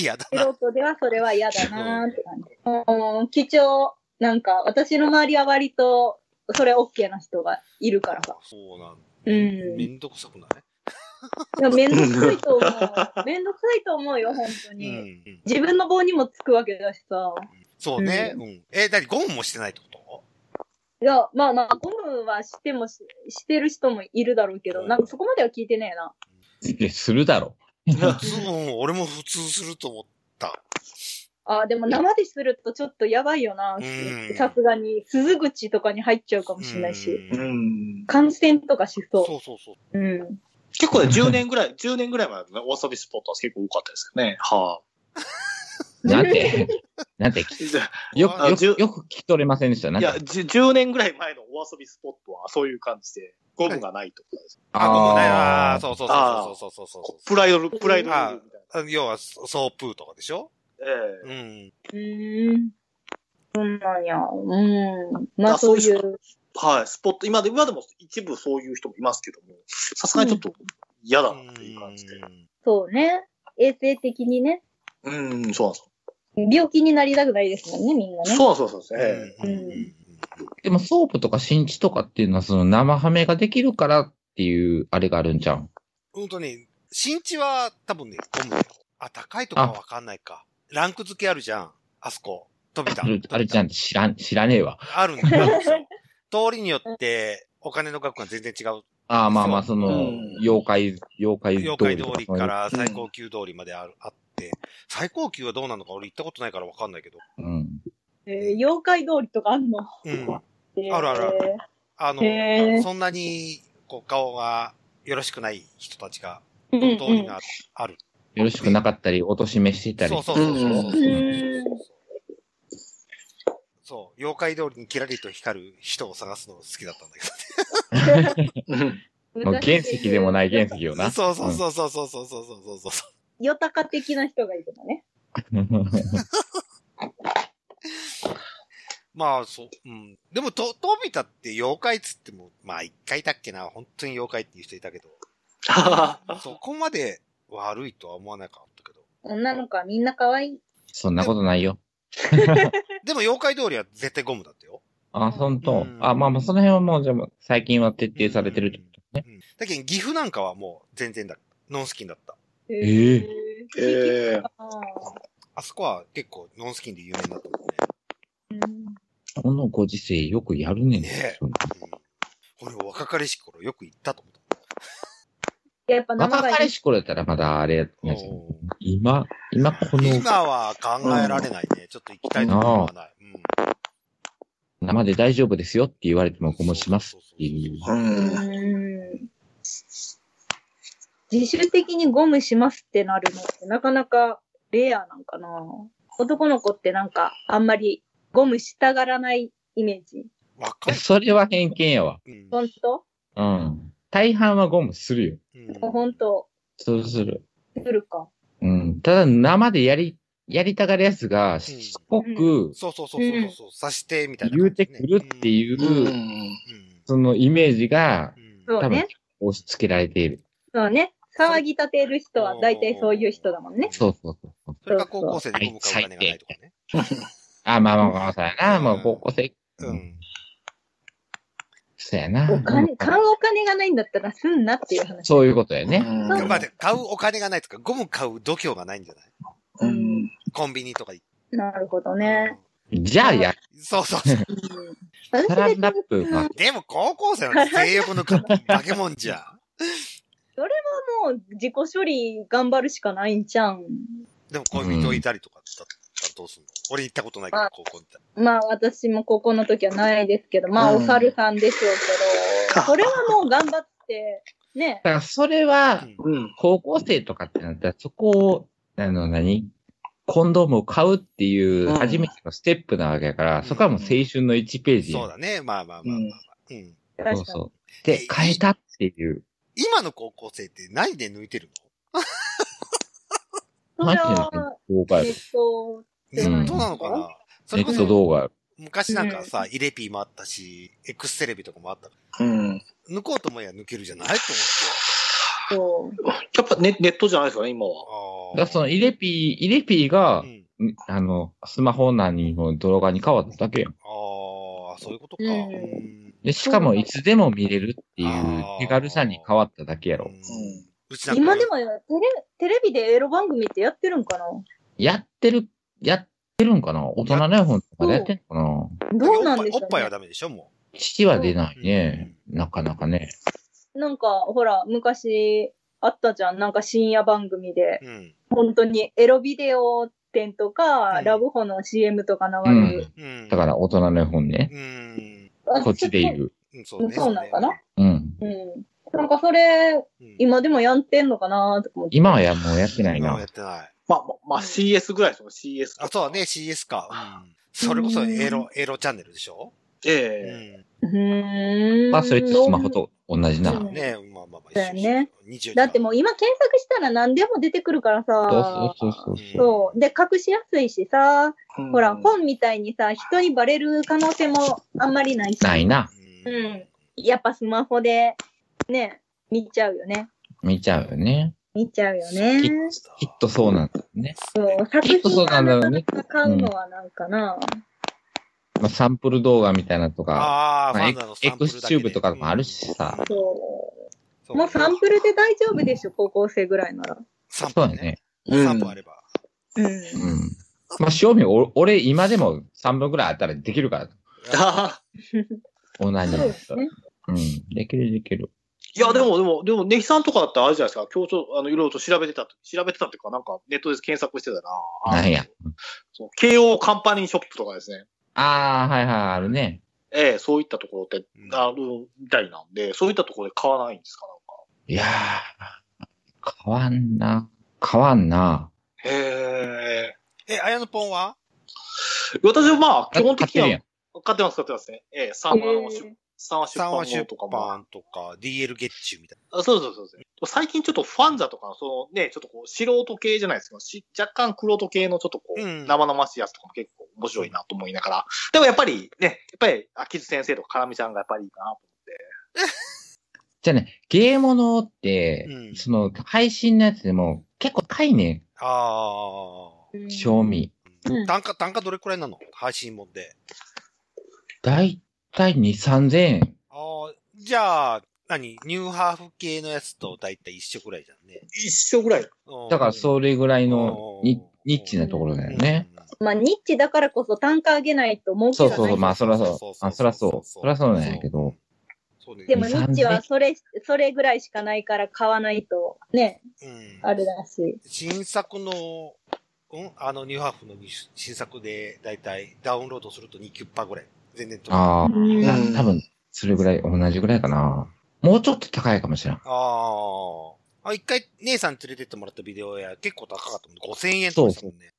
Speaker 1: 嫌だな
Speaker 4: 素人ではそれは嫌だなーって感じ。うん、貴重、なんか、私の周りは割と、それ OK な人がいるからさ。
Speaker 1: そうなんだ。
Speaker 4: うん
Speaker 1: めんどくさくない
Speaker 4: でもめんどくさいと思 う。めんどくさいと思うよ、本当
Speaker 1: う
Speaker 4: に。
Speaker 1: ん。うん
Speaker 4: 自分の棒にもつくわけだしさ。
Speaker 1: そうね。うん。え、だゴンもしてないってこと
Speaker 4: いや、まあまあ、ゴムはしてもし、してる人もいるだろうけ
Speaker 1: う
Speaker 4: ど、
Speaker 1: ん
Speaker 4: なんかそこまでは聞いてねえな。
Speaker 2: するだろ。
Speaker 1: うん、俺も普通すると思った。
Speaker 4: あーでも生でするとちょっとやばいよな
Speaker 1: うん。
Speaker 4: さすがに、鈴口とかに入っちゃうかもしれないし、
Speaker 1: うん
Speaker 4: 感染とかし
Speaker 1: そう
Speaker 4: そ
Speaker 1: そうそう。
Speaker 4: う。うん。
Speaker 3: 結構ね、10年ぐらい、10年ぐらい前のね、お遊びスポットは結構多かったですけどね。は
Speaker 2: なんて、なんて、
Speaker 3: あ、
Speaker 2: よく、よく、よく聞き取れませんでした。なん
Speaker 3: い
Speaker 2: て
Speaker 3: や、じゅ10年ぐらい前のお遊びスポットはそういう感じで、ゴムがないとかです。
Speaker 1: あ、ゴムないな。そうそうそうそうそうそうそう
Speaker 3: プライドル、プライドルールみたい
Speaker 1: あ。要は、ソソープーとかでしょ
Speaker 3: な。ええ
Speaker 1: うん。
Speaker 4: うーん。そんなんや。うん。まあ
Speaker 3: あ
Speaker 4: そうい。
Speaker 3: そうはい、スポット、今で、今でも一部そういう人もいますけども、さすがにちょっと嫌だなっていう感じで。
Speaker 4: そうね。衛生的にね。
Speaker 3: うん、そうなんです
Speaker 4: 病気になりたくないですもんね、みん
Speaker 3: よ。
Speaker 4: なね。
Speaker 3: そうなんですよそ
Speaker 1: う
Speaker 3: うなんですよ。ええ
Speaker 1: ん。うん
Speaker 2: でもソープとか新地とかっていうのはその生ハメができるからっていうあれがあるんじゃん。
Speaker 1: うんとね、新地は多分ね、ゴムだよ。あ、高いとかわかんないか。ランク付けあるじゃん。あそこ。飛びた。
Speaker 2: あるあれじゃん、知らん、知らねえわ。
Speaker 1: あるんだよ。通りによって、お金の額が全然違う。
Speaker 2: ああ、まあまあ、
Speaker 1: そ
Speaker 2: そうの、
Speaker 3: うん
Speaker 2: 妖怪、妖怪通りとか。
Speaker 1: 妖怪通りから
Speaker 3: うん
Speaker 1: 最高級通りまであるあって、最高級はどうなのか俺行ったことないからわかんないけど。
Speaker 2: うん。
Speaker 4: えー妖怪通りとかあんの
Speaker 1: うん。
Speaker 4: えー
Speaker 1: あるあるああの、
Speaker 4: へー
Speaker 1: そんなに、こう、顔がよろしくない人たちが、通
Speaker 4: うんうん
Speaker 1: りがある。
Speaker 2: よろしくなかったり、おとしめしてたり。
Speaker 1: そうそうそうそう
Speaker 2: う
Speaker 1: そう。
Speaker 2: ん
Speaker 4: うん
Speaker 1: そう、妖怪通りにキラリと光る人を探すのが好きだったんだけど。
Speaker 3: うん
Speaker 2: もう原石でもない原
Speaker 4: 石。
Speaker 2: 石よな。
Speaker 1: そうそうそうそうそうそうそうそうそうそ
Speaker 4: ヨタカ的な人がいるのね。
Speaker 1: う。まあ、そう、うん。でも、と、とびたって妖怪っつっても、まあ、一回だっけな、本当に妖怪っていう人いたけど、そこまで悪いとは思わなかったけど。
Speaker 4: 女の子はみんな可愛い。
Speaker 2: そんなことないよ。
Speaker 1: でも、妖怪通りは絶対ゴムだったよ。
Speaker 2: あ、ほんと
Speaker 1: うん。
Speaker 2: あ、まあまあ、その辺はもう、じゃあもう最近は徹底されてるってことね。
Speaker 1: うん。だけど、岐阜なんかはもう全然だ。ノンスキンだった。
Speaker 4: え
Speaker 2: ええ
Speaker 4: えー。
Speaker 3: ええ
Speaker 4: あ
Speaker 1: あそこは結構ノンスキンで有名だったもんね。
Speaker 4: ー
Speaker 2: このご時世よくやるねん。
Speaker 1: ねうん。俺、若かりし頃よく行ったと思った。
Speaker 4: やっぱ
Speaker 2: 若
Speaker 4: 生が
Speaker 2: かり
Speaker 4: いい。
Speaker 2: し頃やったらまだあれやったんですけど
Speaker 1: おー
Speaker 2: 今、今この
Speaker 1: 今は考えられないね。ちょっと行きたいと思わない。うん。
Speaker 2: 生で大丈夫ですよって言われてもごもしますっていう。
Speaker 3: うん
Speaker 4: うん自主的にゴムしますってなるのってなかなかレアなんかな。男の子ってなんかあんまりゴムしたがらないイメージ。
Speaker 2: い
Speaker 1: 若い
Speaker 2: や。それは偏見やわ。
Speaker 1: うん
Speaker 4: 本当
Speaker 2: うん。大半はゴムするよ。
Speaker 1: うん
Speaker 4: 本当
Speaker 2: そうする。
Speaker 4: 来るか。
Speaker 2: うん。ただ生でやり、やりたがるやつが、しつこく
Speaker 1: そうそうそうそうそう、刺して、みたいな
Speaker 2: 言う
Speaker 1: 感じ
Speaker 2: て
Speaker 1: ね。
Speaker 2: くるって
Speaker 1: う
Speaker 2: いう、
Speaker 3: うん
Speaker 1: ん。
Speaker 2: そのイメージが、
Speaker 1: うん。
Speaker 4: そう
Speaker 2: 多分
Speaker 4: ね。
Speaker 2: 押し付けられている。
Speaker 4: そうね。騒ぎ立てる人は大体そういう人だもんね。
Speaker 2: そうそうそうそう。
Speaker 1: それが高校生でゴム買うお金がないとかね。
Speaker 2: あ、まあまあまあ、そうやな。もう高校生、
Speaker 1: う。
Speaker 2: うんそうやな。
Speaker 4: お金、
Speaker 2: うん
Speaker 4: 買うお金がないんだったらすんなっていう話。
Speaker 2: そういうことやね。
Speaker 3: ね
Speaker 1: まあ、で買うお金がないとか、ゴム買う度胸がないんじゃない
Speaker 3: うん。
Speaker 1: コンビニとか行っ
Speaker 4: なるほど
Speaker 1: て。
Speaker 4: ね。
Speaker 2: じゃあや、
Speaker 1: うん。そうそう そう。
Speaker 4: うん私
Speaker 2: サラ
Speaker 4: 別
Speaker 2: ンラ
Speaker 4: に
Speaker 2: ップが、
Speaker 1: でも高校生の性欲の化け物じゃん。
Speaker 4: もう自己処理頑張るしかないんじゃん。
Speaker 1: でも恋人いたりとかだったらどうすんの、俺行ったことないけど
Speaker 4: ま、あ
Speaker 1: 高校行ったら。
Speaker 4: まあ私も高校の時はないですけど、まあ
Speaker 3: うん
Speaker 4: お猿さんでしょう けど、それはもう頑張って、ね
Speaker 2: だ。からそれは、
Speaker 3: うん。
Speaker 2: 高校生とかってなったら、そこを、あの何、コンドームを買うっていう
Speaker 3: うん
Speaker 2: 初めてのステップなわけだから、
Speaker 1: うん
Speaker 2: そこはもう青春の1ページや。
Speaker 1: そうだね。まあまあまあまあ、まあうん
Speaker 4: 確か
Speaker 2: そう
Speaker 4: に。
Speaker 2: そう。で、変えたっていう。
Speaker 1: 今の高校生って何で抜いてる
Speaker 4: そ
Speaker 2: なん
Speaker 4: れ
Speaker 2: ていうの
Speaker 4: は、
Speaker 2: 動画や
Speaker 4: えっと、
Speaker 1: の、
Speaker 2: うん
Speaker 1: そうなのかなそ
Speaker 2: ネ
Speaker 1: れこ
Speaker 2: ット
Speaker 1: そ
Speaker 2: 動画。
Speaker 1: 昔なんかさ、イレピーもあったし、X テレビとかもあったか
Speaker 3: うん。
Speaker 1: ら抜こうと思えば抜けるじゃないと
Speaker 4: そう
Speaker 3: やっぱネネットじゃないですかね、今は。
Speaker 1: 思
Speaker 2: だ
Speaker 1: って。
Speaker 2: からそのイレピー、イレピーが
Speaker 1: う、ん、
Speaker 2: んあの、スマホなにも動画に変わっただけやん。
Speaker 1: ああ、そういうことか。
Speaker 4: うん
Speaker 1: うん
Speaker 2: で、しかもいつでも見れるってい
Speaker 1: あー
Speaker 2: う手軽さに変わっただけや
Speaker 1: う
Speaker 2: ろ。
Speaker 1: んうちなんか
Speaker 4: 今でもテレテレビでエロ番組ってやってるんかな
Speaker 2: やってる、やってるんかな大人の絵本とかでやってんのかな
Speaker 4: どうなんでしょ
Speaker 1: おっ
Speaker 4: う
Speaker 1: ぱいは
Speaker 4: ね。
Speaker 1: ダメでしょ、も
Speaker 2: 父は出ないね。なかなかね。
Speaker 4: なんか、ほら、昔あったじゃん。なんか深夜番組で、
Speaker 1: う。うん。
Speaker 4: 本当にエロビデオ店とか、
Speaker 1: うん
Speaker 4: ラブホの CM とか
Speaker 2: う
Speaker 4: 流れる
Speaker 2: ん。
Speaker 1: うん。
Speaker 2: だから大人の絵本ね。
Speaker 1: うん。
Speaker 4: あ
Speaker 2: こっちで言う。
Speaker 1: うん、そうね。
Speaker 4: そうなのかな
Speaker 2: うん。
Speaker 4: うん。なんかそれ、
Speaker 1: うん
Speaker 4: 今でもやってんのかなとか思って。
Speaker 2: 今はや、もうやってない
Speaker 1: 今は
Speaker 2: な
Speaker 1: やっ。てない。
Speaker 3: まあ、まあまあ、CS ぐらいですよ、CS とか
Speaker 1: あ、そうだね、。CS か。うん。それこそエロ、エロチャンネルでしょう
Speaker 3: ええ。
Speaker 1: ん。
Speaker 4: うーん。
Speaker 2: まあ、それってスマホと同じな。
Speaker 4: う
Speaker 2: そ
Speaker 4: ん
Speaker 2: う
Speaker 1: ねまあまあまあ、
Speaker 4: だよね
Speaker 1: 一緒一緒。
Speaker 4: だっても
Speaker 1: う、
Speaker 4: う今検索したら何でも出てくるからさ。
Speaker 2: そうそうそう。
Speaker 4: そう。で、隠しやすいしさ。
Speaker 3: うん
Speaker 4: ほら、本みたいにさ、人にバレる可能性もあんまりないし。
Speaker 2: ないな。
Speaker 1: う
Speaker 4: うん。やっぱスマホで、ね、見ちゃうよね。
Speaker 2: 見ちゃうよね。
Speaker 4: 見ちゃうよね。
Speaker 2: きっとそうなんだよね。
Speaker 4: そう。作
Speaker 2: きっと
Speaker 4: 品
Speaker 2: そうな
Speaker 4: は
Speaker 2: んだ
Speaker 4: な
Speaker 2: ろう
Speaker 4: か
Speaker 2: ね
Speaker 4: な。か買うのはなんかな。
Speaker 2: まあ、サンプル動画みたいなのとか、
Speaker 1: ああ、
Speaker 2: まあ
Speaker 1: ファンなのサンプルだけで
Speaker 2: エクスチューブとかもあるしさ
Speaker 1: うん
Speaker 4: そう。
Speaker 1: そ
Speaker 4: もうサンプルで大丈夫でしょ、高校生ぐらいなら。
Speaker 1: サンプ
Speaker 2: そう
Speaker 1: ル
Speaker 2: だ
Speaker 1: ね。
Speaker 2: ね。
Speaker 3: うん
Speaker 1: サンプルあれば。
Speaker 4: うん。
Speaker 2: うん。まあ、正味、お俺、今でも3分ぐらいあったらできるから。
Speaker 3: あ
Speaker 2: 同じ
Speaker 4: そうですね。
Speaker 2: うん。できるできる。
Speaker 3: ー いや、でも、でも、でも、ネヒさんとかだったらあれじゃないですか、今日ちょっと、あの、いろいろと調べてたと、調べてたっていうか、なんか、ネットで検索してたら、あ
Speaker 2: なんや。
Speaker 3: そう、慶応カンパニーショップとかですね。
Speaker 2: ああ、はいはい、あるね。
Speaker 3: ええ、そういったところって
Speaker 1: うん
Speaker 3: あるみたいなんで、そういったところで買わないんですか、なんか。
Speaker 2: いやー、変わんな。変わんな。
Speaker 3: へえ。
Speaker 1: え、あやのぽんは
Speaker 3: 私はまあ、基本的に
Speaker 2: 買って
Speaker 3: は、買ってます、買ってますね。ええ、3話の出
Speaker 4: えー
Speaker 3: 三話出
Speaker 1: 三話
Speaker 3: 版
Speaker 1: 出
Speaker 3: 本とかも。
Speaker 1: 版とか、DL 月中みたい
Speaker 3: あそうそうそうそう。最近ちょっとファンザとか、そのね、ちょっとこう、素人系じゃないですけど、し若干黒人系のちょっとこう、
Speaker 1: うん
Speaker 3: 生々しいやつとかも結構面白いなと思いながら。でもやっぱりね、やっぱり、秋津先生とかからみちゃんがやっぱりいいかなと
Speaker 2: じゃあね、ゲームのって、
Speaker 1: うん
Speaker 2: その配信のやつでも結構高いね、
Speaker 1: な。あ
Speaker 2: 賞味。
Speaker 4: うん
Speaker 1: あ。単価、単価どれくらいなの配信もんで。
Speaker 2: だいたい2、3000円。
Speaker 1: ああ、じゃあ、何ニューハーフ系のやつと大体一緒くらいじゃんね。
Speaker 3: 一緒ぐらい。
Speaker 1: うん
Speaker 2: だからそれぐらい
Speaker 1: お
Speaker 2: の
Speaker 1: ー
Speaker 2: ニニッチなところだよね。。
Speaker 4: まあ、ニッチだからこそ単価上げないと儲け
Speaker 2: そう
Speaker 4: が
Speaker 2: そう
Speaker 4: な
Speaker 2: そ、。
Speaker 4: いう
Speaker 2: まあそらそう。あ、そらそう。そらそうなんやけど。
Speaker 1: そうね。
Speaker 4: でも、
Speaker 2: 2
Speaker 4: ニ
Speaker 2: 3
Speaker 4: ッチはそれ、それぐらいしかないから買わないと、ね、
Speaker 1: うん
Speaker 4: あれだし。
Speaker 1: 新作の、うんあの、ニューハーフのに新作で、だいたいダウンロードすると2キュッパーぐらい。全然取れない
Speaker 2: ああ、
Speaker 4: うん
Speaker 2: な
Speaker 3: うん
Speaker 2: 多分、それぐらい、同じぐらいかな。もうちょっと高いかもしれん。
Speaker 1: ああ。あ、一回、姉さん連れてってもらったビデオ屋、結構高かったもん。5000円とかしたもんね。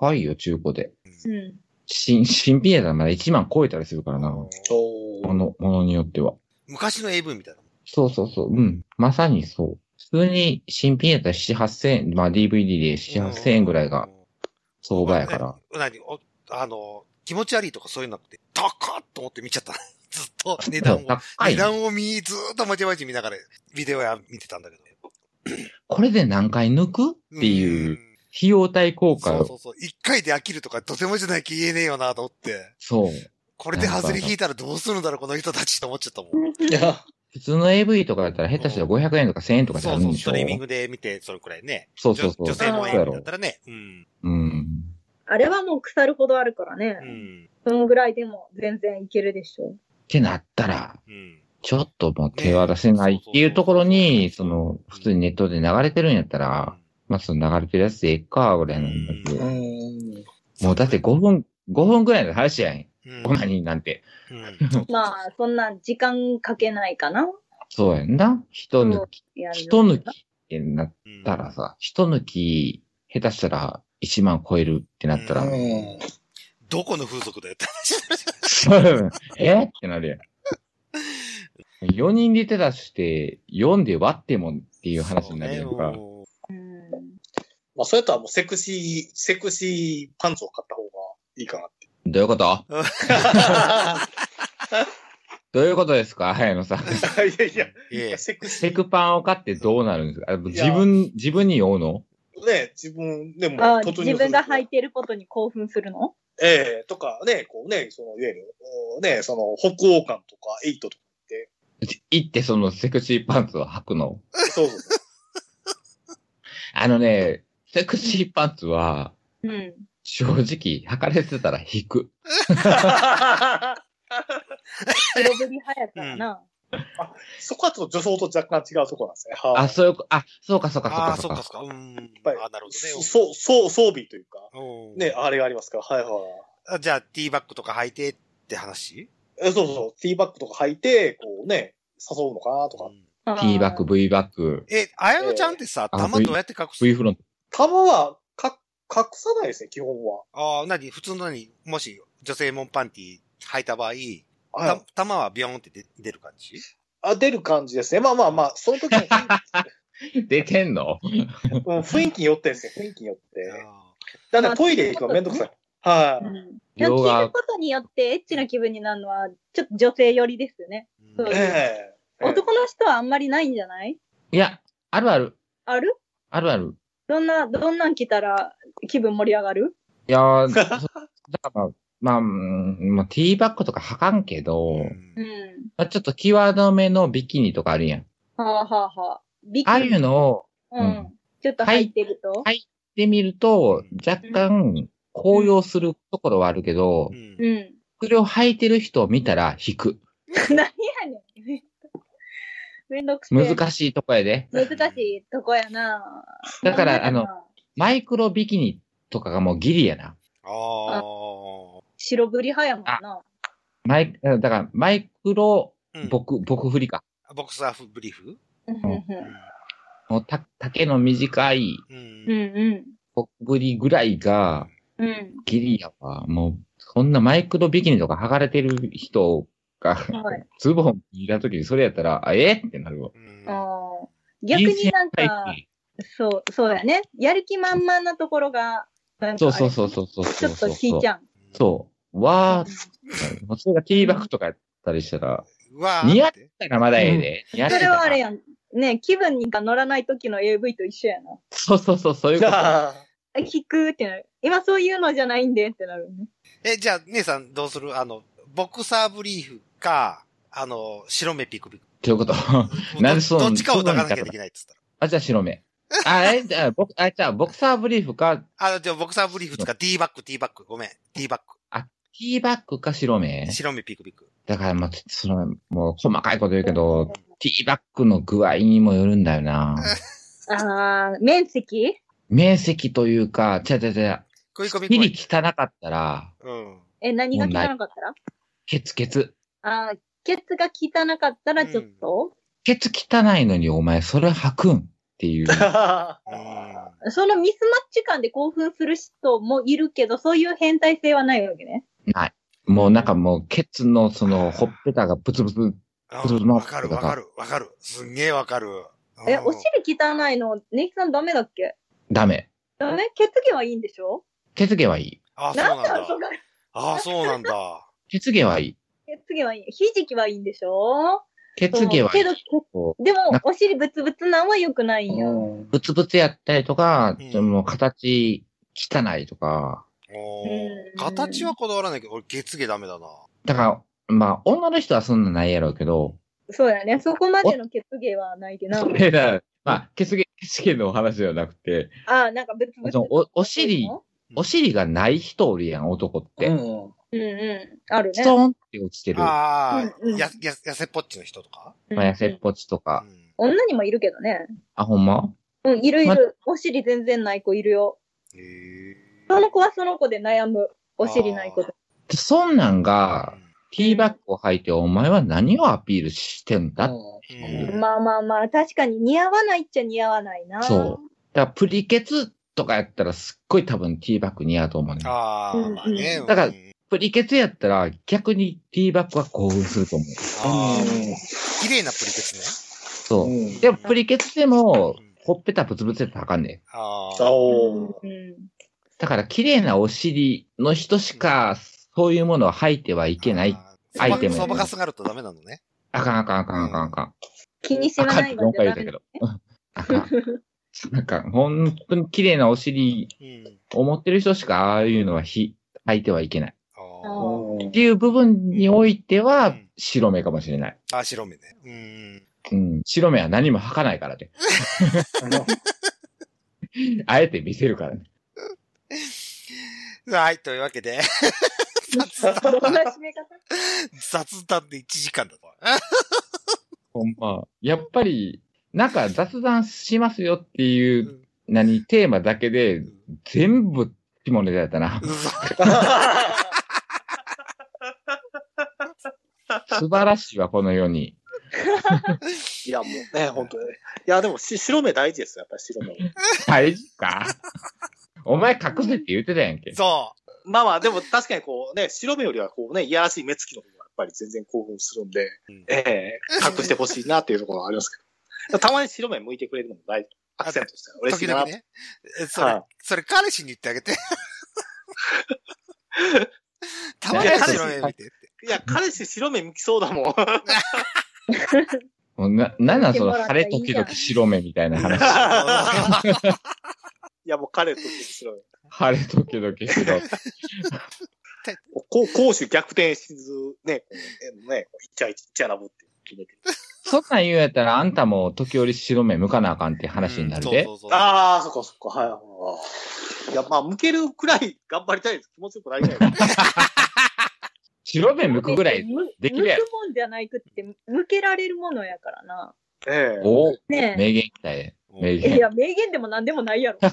Speaker 2: 高いよ、中古で。
Speaker 4: うん。
Speaker 2: 新、新品やったらまだ1万超えたりするからな。も
Speaker 3: おー
Speaker 2: の、ものによっては。
Speaker 1: 昔の AV みたいなもん。
Speaker 2: そうそうそう。うん。まさにそう。普通に新品やったら7、8000円、まあ DVD で7、8000円ぐらいが相場やから。
Speaker 1: うん。なに、おあの、気持ち悪いとかそういうのなくて、高っと思って見ちゃった。 ずっと値段を、
Speaker 2: 高
Speaker 1: 値
Speaker 2: いね。
Speaker 1: 段を見、ずーっとまちまち見ながら、ビデオ屋見てたんだけど。
Speaker 2: これで何回抜くっていう、
Speaker 1: ん
Speaker 2: 費用対効
Speaker 1: そ
Speaker 2: 果
Speaker 1: うそ
Speaker 2: を。
Speaker 1: うそう。一回で飽きるとか、とてもじゃないき言えねえよなと思って。
Speaker 2: そう。
Speaker 1: これで外れ引いたらどうするんだろう、この人たちと思っちゃったもん。
Speaker 3: いや
Speaker 2: 普通の AV とかだったら下手したら500円とか1000円とかで
Speaker 1: そ
Speaker 2: あ
Speaker 1: う
Speaker 2: る
Speaker 1: そ
Speaker 2: ん
Speaker 1: う、
Speaker 2: で
Speaker 1: ス
Speaker 2: しょ
Speaker 1: トリーミングで見て、それくらいね。
Speaker 2: そうそうそう。
Speaker 1: 女女性も
Speaker 4: い
Speaker 1: エ
Speaker 4: い
Speaker 1: イ
Speaker 2: や
Speaker 1: プだ
Speaker 2: ろ
Speaker 1: ったらね。うん。
Speaker 2: うん。
Speaker 4: あれはもう腐るほどあるからね。
Speaker 1: うん。
Speaker 4: そのぐらいでも全然いけるでしょ。
Speaker 2: ってなったら、
Speaker 1: うん。
Speaker 2: ちょっともう手は出せないっていうところに、その、普通にネットで流れてるんやったら、まあその流れてるやつでええか、ぐらいなんだけ
Speaker 1: う
Speaker 2: ど、
Speaker 3: ん。
Speaker 2: もうだって5分、5分ぐらいの話やん。
Speaker 1: うん、
Speaker 2: オナニーなんて。
Speaker 1: うん。
Speaker 4: まあ、そんな時間かけないかな。
Speaker 2: そうやんな。人抜き、
Speaker 4: やる
Speaker 2: 人抜きってなっ
Speaker 1: うん
Speaker 2: たらさ、人抜き、下手したら1万超えるってなったら、
Speaker 1: うどこの風俗だよって話になるじ
Speaker 2: えってなるやん。4人で手出して、4で割ってもっていう話になるやん
Speaker 1: そう
Speaker 2: か
Speaker 1: ね。も
Speaker 4: うん。
Speaker 3: まあ、それとはもうセクシー、セクシーパンツを買った方がいいかなって。
Speaker 2: どういうことどういうことですか早野さん。
Speaker 3: いやいや、
Speaker 1: うええ
Speaker 3: セクシ
Speaker 2: セ
Speaker 3: ー。
Speaker 2: クパンを買ってどうなるんですかあ自
Speaker 3: や
Speaker 2: 分、自分に酔うの
Speaker 3: ね、自分でも
Speaker 4: あ
Speaker 3: 突入する
Speaker 4: 自分が履いてることに興奮するの
Speaker 3: ええとかね、こうね、その、いわゆる、おね、その、北欧感とか、エイトとか。
Speaker 2: 行ってそのセクシーパンツを履くの
Speaker 3: そうそうそう。
Speaker 2: あのね、セクシーパンツは、
Speaker 4: うん。
Speaker 2: 正直、履かれてたら引く。
Speaker 4: 白ぶり早さやな。
Speaker 3: そこはちょっと女装と若干違うところなんですね。は
Speaker 2: あ、そういうこ、あ、そうかそうかそう
Speaker 1: ああ、
Speaker 2: か
Speaker 1: そ
Speaker 2: そう
Speaker 1: っか
Speaker 2: か。
Speaker 1: そっか。うん。
Speaker 3: ぱり
Speaker 1: あなるほどね。
Speaker 3: そう、そう、装備というか、
Speaker 1: うん。
Speaker 3: ね、あれがありますから、はいはい。
Speaker 1: あじゃあ、ティーバッグとか履いてって話
Speaker 3: えそうそう、ティーバッグとか履いて、こうね、誘うのかなとか。
Speaker 1: うん
Speaker 4: あ
Speaker 2: T バック、V バック、
Speaker 1: え、あやのちゃんってさ、
Speaker 2: ええ
Speaker 1: 玉どうやって隠す
Speaker 2: V フロント。
Speaker 3: 玉は、か、隠さないですね、基本は。
Speaker 1: ああ、なに、普通のに、もし、女性モンパンティ履いた場合、た
Speaker 3: はい。
Speaker 1: 玉はビョーンって出出る感じ
Speaker 3: あ、出る感じですね。まあまあまあ、その時の雰
Speaker 2: 出てんの
Speaker 3: 囲気うん雰囲気によってですね、雰囲気によって。
Speaker 1: あ
Speaker 3: だんだんトイレ行くのめんどくさい。はい。
Speaker 4: うん。で
Speaker 2: 両
Speaker 4: も聞
Speaker 2: 側
Speaker 4: くことによってエッチな気分になるのは、ちょっと女性寄りですよね。
Speaker 1: ー
Speaker 4: そう
Speaker 1: うん。
Speaker 3: ええ
Speaker 4: 男の人はあんまりないんじゃない
Speaker 2: いや、あるある。
Speaker 4: ある
Speaker 2: あるある。
Speaker 4: どんな、どんなん着たら気分盛り上がる
Speaker 2: いや ー、そだから、まあ、うんまあ、T バックとか履かんけど、
Speaker 4: うんん。
Speaker 2: まあ、ちょっと際どめのビキニとかあるやん。
Speaker 4: はあはあはあ。ビキニ
Speaker 2: ああいうのを
Speaker 4: う。
Speaker 2: うん
Speaker 4: ちょっと履いてると。
Speaker 2: はい着てみると、若干、高揚するところはあるけど、
Speaker 1: うん
Speaker 4: うん。
Speaker 2: それを履いてる人を見たら引く。
Speaker 4: 何やねん。めんどくせえ。
Speaker 2: 難しいとこやで。
Speaker 4: 難しいとこやな。
Speaker 2: だか
Speaker 4: なん
Speaker 2: ら、
Speaker 4: や
Speaker 2: あ
Speaker 4: な
Speaker 2: の、、マイクロビキニとかがもうギリやな。
Speaker 1: ああ。
Speaker 4: 白ぶり早もんな。
Speaker 2: マイだから、マイクロ、
Speaker 1: うん
Speaker 2: 僕、僕振りか。
Speaker 1: ボクサーフブリーフ
Speaker 4: うんう
Speaker 2: もうた、丈の短い
Speaker 1: うん
Speaker 4: んうん。
Speaker 2: 僕振りぐらいが、
Speaker 4: うんうん。
Speaker 2: ギリやわ。もう、そんなマイクロビキニとか剥がれてる人が、
Speaker 4: はい
Speaker 2: ズボン見たときにそれやったら、あえってなるわ。
Speaker 1: うん
Speaker 4: あー逆になんか、そう、そうやね。やる気満々なところが、なんか
Speaker 2: そ
Speaker 4: あ
Speaker 2: う
Speaker 4: れ
Speaker 2: そうそうそうそう
Speaker 4: ち
Speaker 2: そ
Speaker 4: ょ
Speaker 2: う
Speaker 4: っ
Speaker 2: そ
Speaker 4: と
Speaker 2: う。
Speaker 4: 引いちゃう。
Speaker 2: そう。わー、もうそれがティーバックとかやったりしたら、
Speaker 1: うわ
Speaker 2: 似合
Speaker 1: ー
Speaker 2: っ
Speaker 1: って。
Speaker 2: たらまだええで。似合って
Speaker 4: そ
Speaker 2: た
Speaker 4: れ
Speaker 2: ら
Speaker 4: はあれやん。ね気分に乗らない時の AV と一緒やな。
Speaker 2: そうそうそう、そういうこと。
Speaker 3: あ
Speaker 4: あ聞くってなる。今そういうのじゃないんでってなるね。
Speaker 1: え、じゃあ、姉さんどうするあの、ボクサーブリーフか、あの、白目ピクピク。
Speaker 2: そういうこと。なんでそ
Speaker 1: ど
Speaker 2: う
Speaker 1: どっちかを抱かなきゃできないって言っ
Speaker 2: あ、じゃあ白目。あ、え、じゃあ、ボクあじゃあボクサーブリーフか、
Speaker 1: たら。あ、じゃあボクサーブリーフつか、D バック、D バック。ごめん。D バック。
Speaker 2: ティーバックか白目。
Speaker 1: 白目ピクピク。
Speaker 2: だから、まあ、その、もう、細かいこと言うけど、ティーバックの具合にもよるんだよな。
Speaker 4: ああ、面積
Speaker 2: 面積というか、ちゃちゃちゃ、
Speaker 1: 食い込み
Speaker 2: 日
Speaker 1: 食
Speaker 2: 々
Speaker 1: い。
Speaker 2: 汚かったら、
Speaker 1: うん。
Speaker 4: え、何が汚かったら
Speaker 2: ケツケツ。
Speaker 4: ああ、ケツが汚かったらちょっと、
Speaker 2: ケツ汚いのにお前、それ吐くんっ ていう。
Speaker 3: あ。
Speaker 1: うん
Speaker 4: そのミスマッチ感で興奮する人もいるけど、そういう変態性はないわけね。
Speaker 2: ない。もうなんかもう、ケツのその、ほっぺたがブツブツ。
Speaker 1: うんわかるわかるわかる。すんげえわかる。うん
Speaker 4: え、お尻汚いの、ネヒさんダメだっけ
Speaker 2: ダメ。
Speaker 4: ダメ血毛はいいんでしょ
Speaker 2: 血毛はいい。
Speaker 1: あ、そう
Speaker 4: な
Speaker 1: なんん
Speaker 4: で
Speaker 1: だ
Speaker 4: あ。そこが
Speaker 1: あ、そうなんだ。
Speaker 2: 血毛はいい。
Speaker 4: 血毛はいい。ひじきはいいんでしょ
Speaker 2: 血毛はいい
Speaker 4: け。ど、
Speaker 2: こ
Speaker 4: でも
Speaker 2: な、
Speaker 4: お尻ブツブツなんは良くないんよ。
Speaker 2: うブツブツやったりとか、
Speaker 1: うん
Speaker 2: でも形汚いとか。
Speaker 1: お
Speaker 4: うん
Speaker 1: ー形はこだわらないけど、俺、月下ダメだな。
Speaker 2: だから、まあ、女の人はそんなないやろうけど、
Speaker 4: そうだね。そこまでの血毛はないでな
Speaker 2: そ。れら、 まあ、血毛、血毛のお話ではなくて、
Speaker 4: ああ、なんかブツブツ。
Speaker 2: そのおお尻、
Speaker 1: うん
Speaker 2: お尻がない人おるやん、男って。
Speaker 3: うん。
Speaker 4: うんうん。あるね
Speaker 2: ス。トーンって落ちてる。ま
Speaker 1: ああ、
Speaker 4: うんうん
Speaker 1: や、や、痩せっぽっちの人とか
Speaker 2: あ、痩せっぽちとか
Speaker 1: う。ん
Speaker 4: 女にもいるけどね。
Speaker 2: あ、ほんま
Speaker 4: うん、いるい
Speaker 2: ま
Speaker 4: る。お尻全然ない子いるよ。
Speaker 1: へえ
Speaker 4: その子はその子で悩む。お尻ない子と。
Speaker 2: でそんなんが、ティーバッグを履いて、お前は何をアピールしてんだ、
Speaker 1: うん
Speaker 2: ー
Speaker 4: まあまあまあ、確かに似合わないっちゃ似合わないな。
Speaker 2: そう。だから、プリケツとかやったら、すっごい多分ティーバッグ似合うと思うね。
Speaker 1: ああ、まあね。
Speaker 4: うん
Speaker 2: だから
Speaker 1: うん
Speaker 2: プリケツやったら、逆にティーバッグは興奮すると思う。
Speaker 1: あー綺麗なプリケツね。
Speaker 2: そう。
Speaker 3: うん
Speaker 2: でも、プリケツでも、ほっぺたブツブツでたかんねん。
Speaker 1: ああ。
Speaker 3: そ
Speaker 4: うん。
Speaker 2: だから、綺麗なお尻の人しか、そういうものを吐いてはいけない。
Speaker 1: あー。
Speaker 2: アイテム
Speaker 1: そばそばかすがるとダメなのね。
Speaker 2: あかんあかんあかんあかんあかん。
Speaker 4: 気にし
Speaker 2: あかん
Speaker 4: な
Speaker 2: っ
Speaker 4: い
Speaker 2: て
Speaker 4: わ
Speaker 2: 4回
Speaker 4: じゃ
Speaker 2: 言
Speaker 4: ダ
Speaker 2: った
Speaker 4: メ
Speaker 2: け
Speaker 4: だ
Speaker 2: ど。あかん。 なんか、本当に綺麗なお尻
Speaker 1: うん。
Speaker 2: を持ってる人しか、ああいうのはひ吐いてはいけない。
Speaker 1: あ
Speaker 4: あ
Speaker 3: う
Speaker 2: っていう部分において
Speaker 1: う
Speaker 2: は
Speaker 1: ん、
Speaker 2: 白目かもしれない。
Speaker 1: ーあー、白目ね。うん。
Speaker 2: うん。白目は何も吐かないからね。あえて見せるからね。
Speaker 1: はい、というわけで、
Speaker 4: ーどんな締め方
Speaker 1: 雑談で1時間だと。
Speaker 2: ほんま。やっぱり、なんか雑談しますよっていううん何、テーマだけで、全部、下ネタやった な。
Speaker 1: 嘘
Speaker 2: 素晴らしいわ、この世に。
Speaker 3: いや、もうね、本当にね。いや、でも、し白目大事ですよ、やっぱり白目。
Speaker 2: 大事 かお前隠せって言ってたやんけ。
Speaker 1: そ
Speaker 3: まあまあ、でも確かにこうね、白目よりはこうね、いやらしい目つきの方がやっぱり全然興奮するんで、
Speaker 1: うん
Speaker 3: ええ隠してほしいなっていうところはありますけど。たまに白目向いてくれるのも大事。アクセントとしては
Speaker 1: う。
Speaker 3: 嬉し
Speaker 1: 時
Speaker 3: いな。
Speaker 1: 々ね。えそれ
Speaker 3: はい、
Speaker 1: それ彼氏に言ってあげ て。たまに
Speaker 2: いや
Speaker 1: 白目見てって。
Speaker 3: いや、彼氏白目向きそうだもん。
Speaker 2: もうな、なんなんその晴れ時々白目みたいな 話。
Speaker 3: いや、もう彼と白目。
Speaker 2: 晴れ時々白目。
Speaker 3: こう、攻守逆転しず、ね、こうね、こういっちゃいっちゃなぶって決めてる。
Speaker 2: そんなん言うやったら、あんたも時折白目向かなあかんって話になる
Speaker 1: うん
Speaker 2: で
Speaker 1: そ。うそうそう
Speaker 3: ああ、そっかそっか、はいはい。いや、まあ、向けるくらい頑張りたいです。気持ちよくなりたいです。
Speaker 2: 白目向くぐらい。
Speaker 4: む
Speaker 2: できるやろ
Speaker 4: 向くもんじゃないくって、向けられるものやからな。
Speaker 3: ええ
Speaker 2: お
Speaker 4: ねえ。
Speaker 2: 名言来たで。名
Speaker 4: い
Speaker 2: 言。
Speaker 4: や、名言でも何でもないやろ。己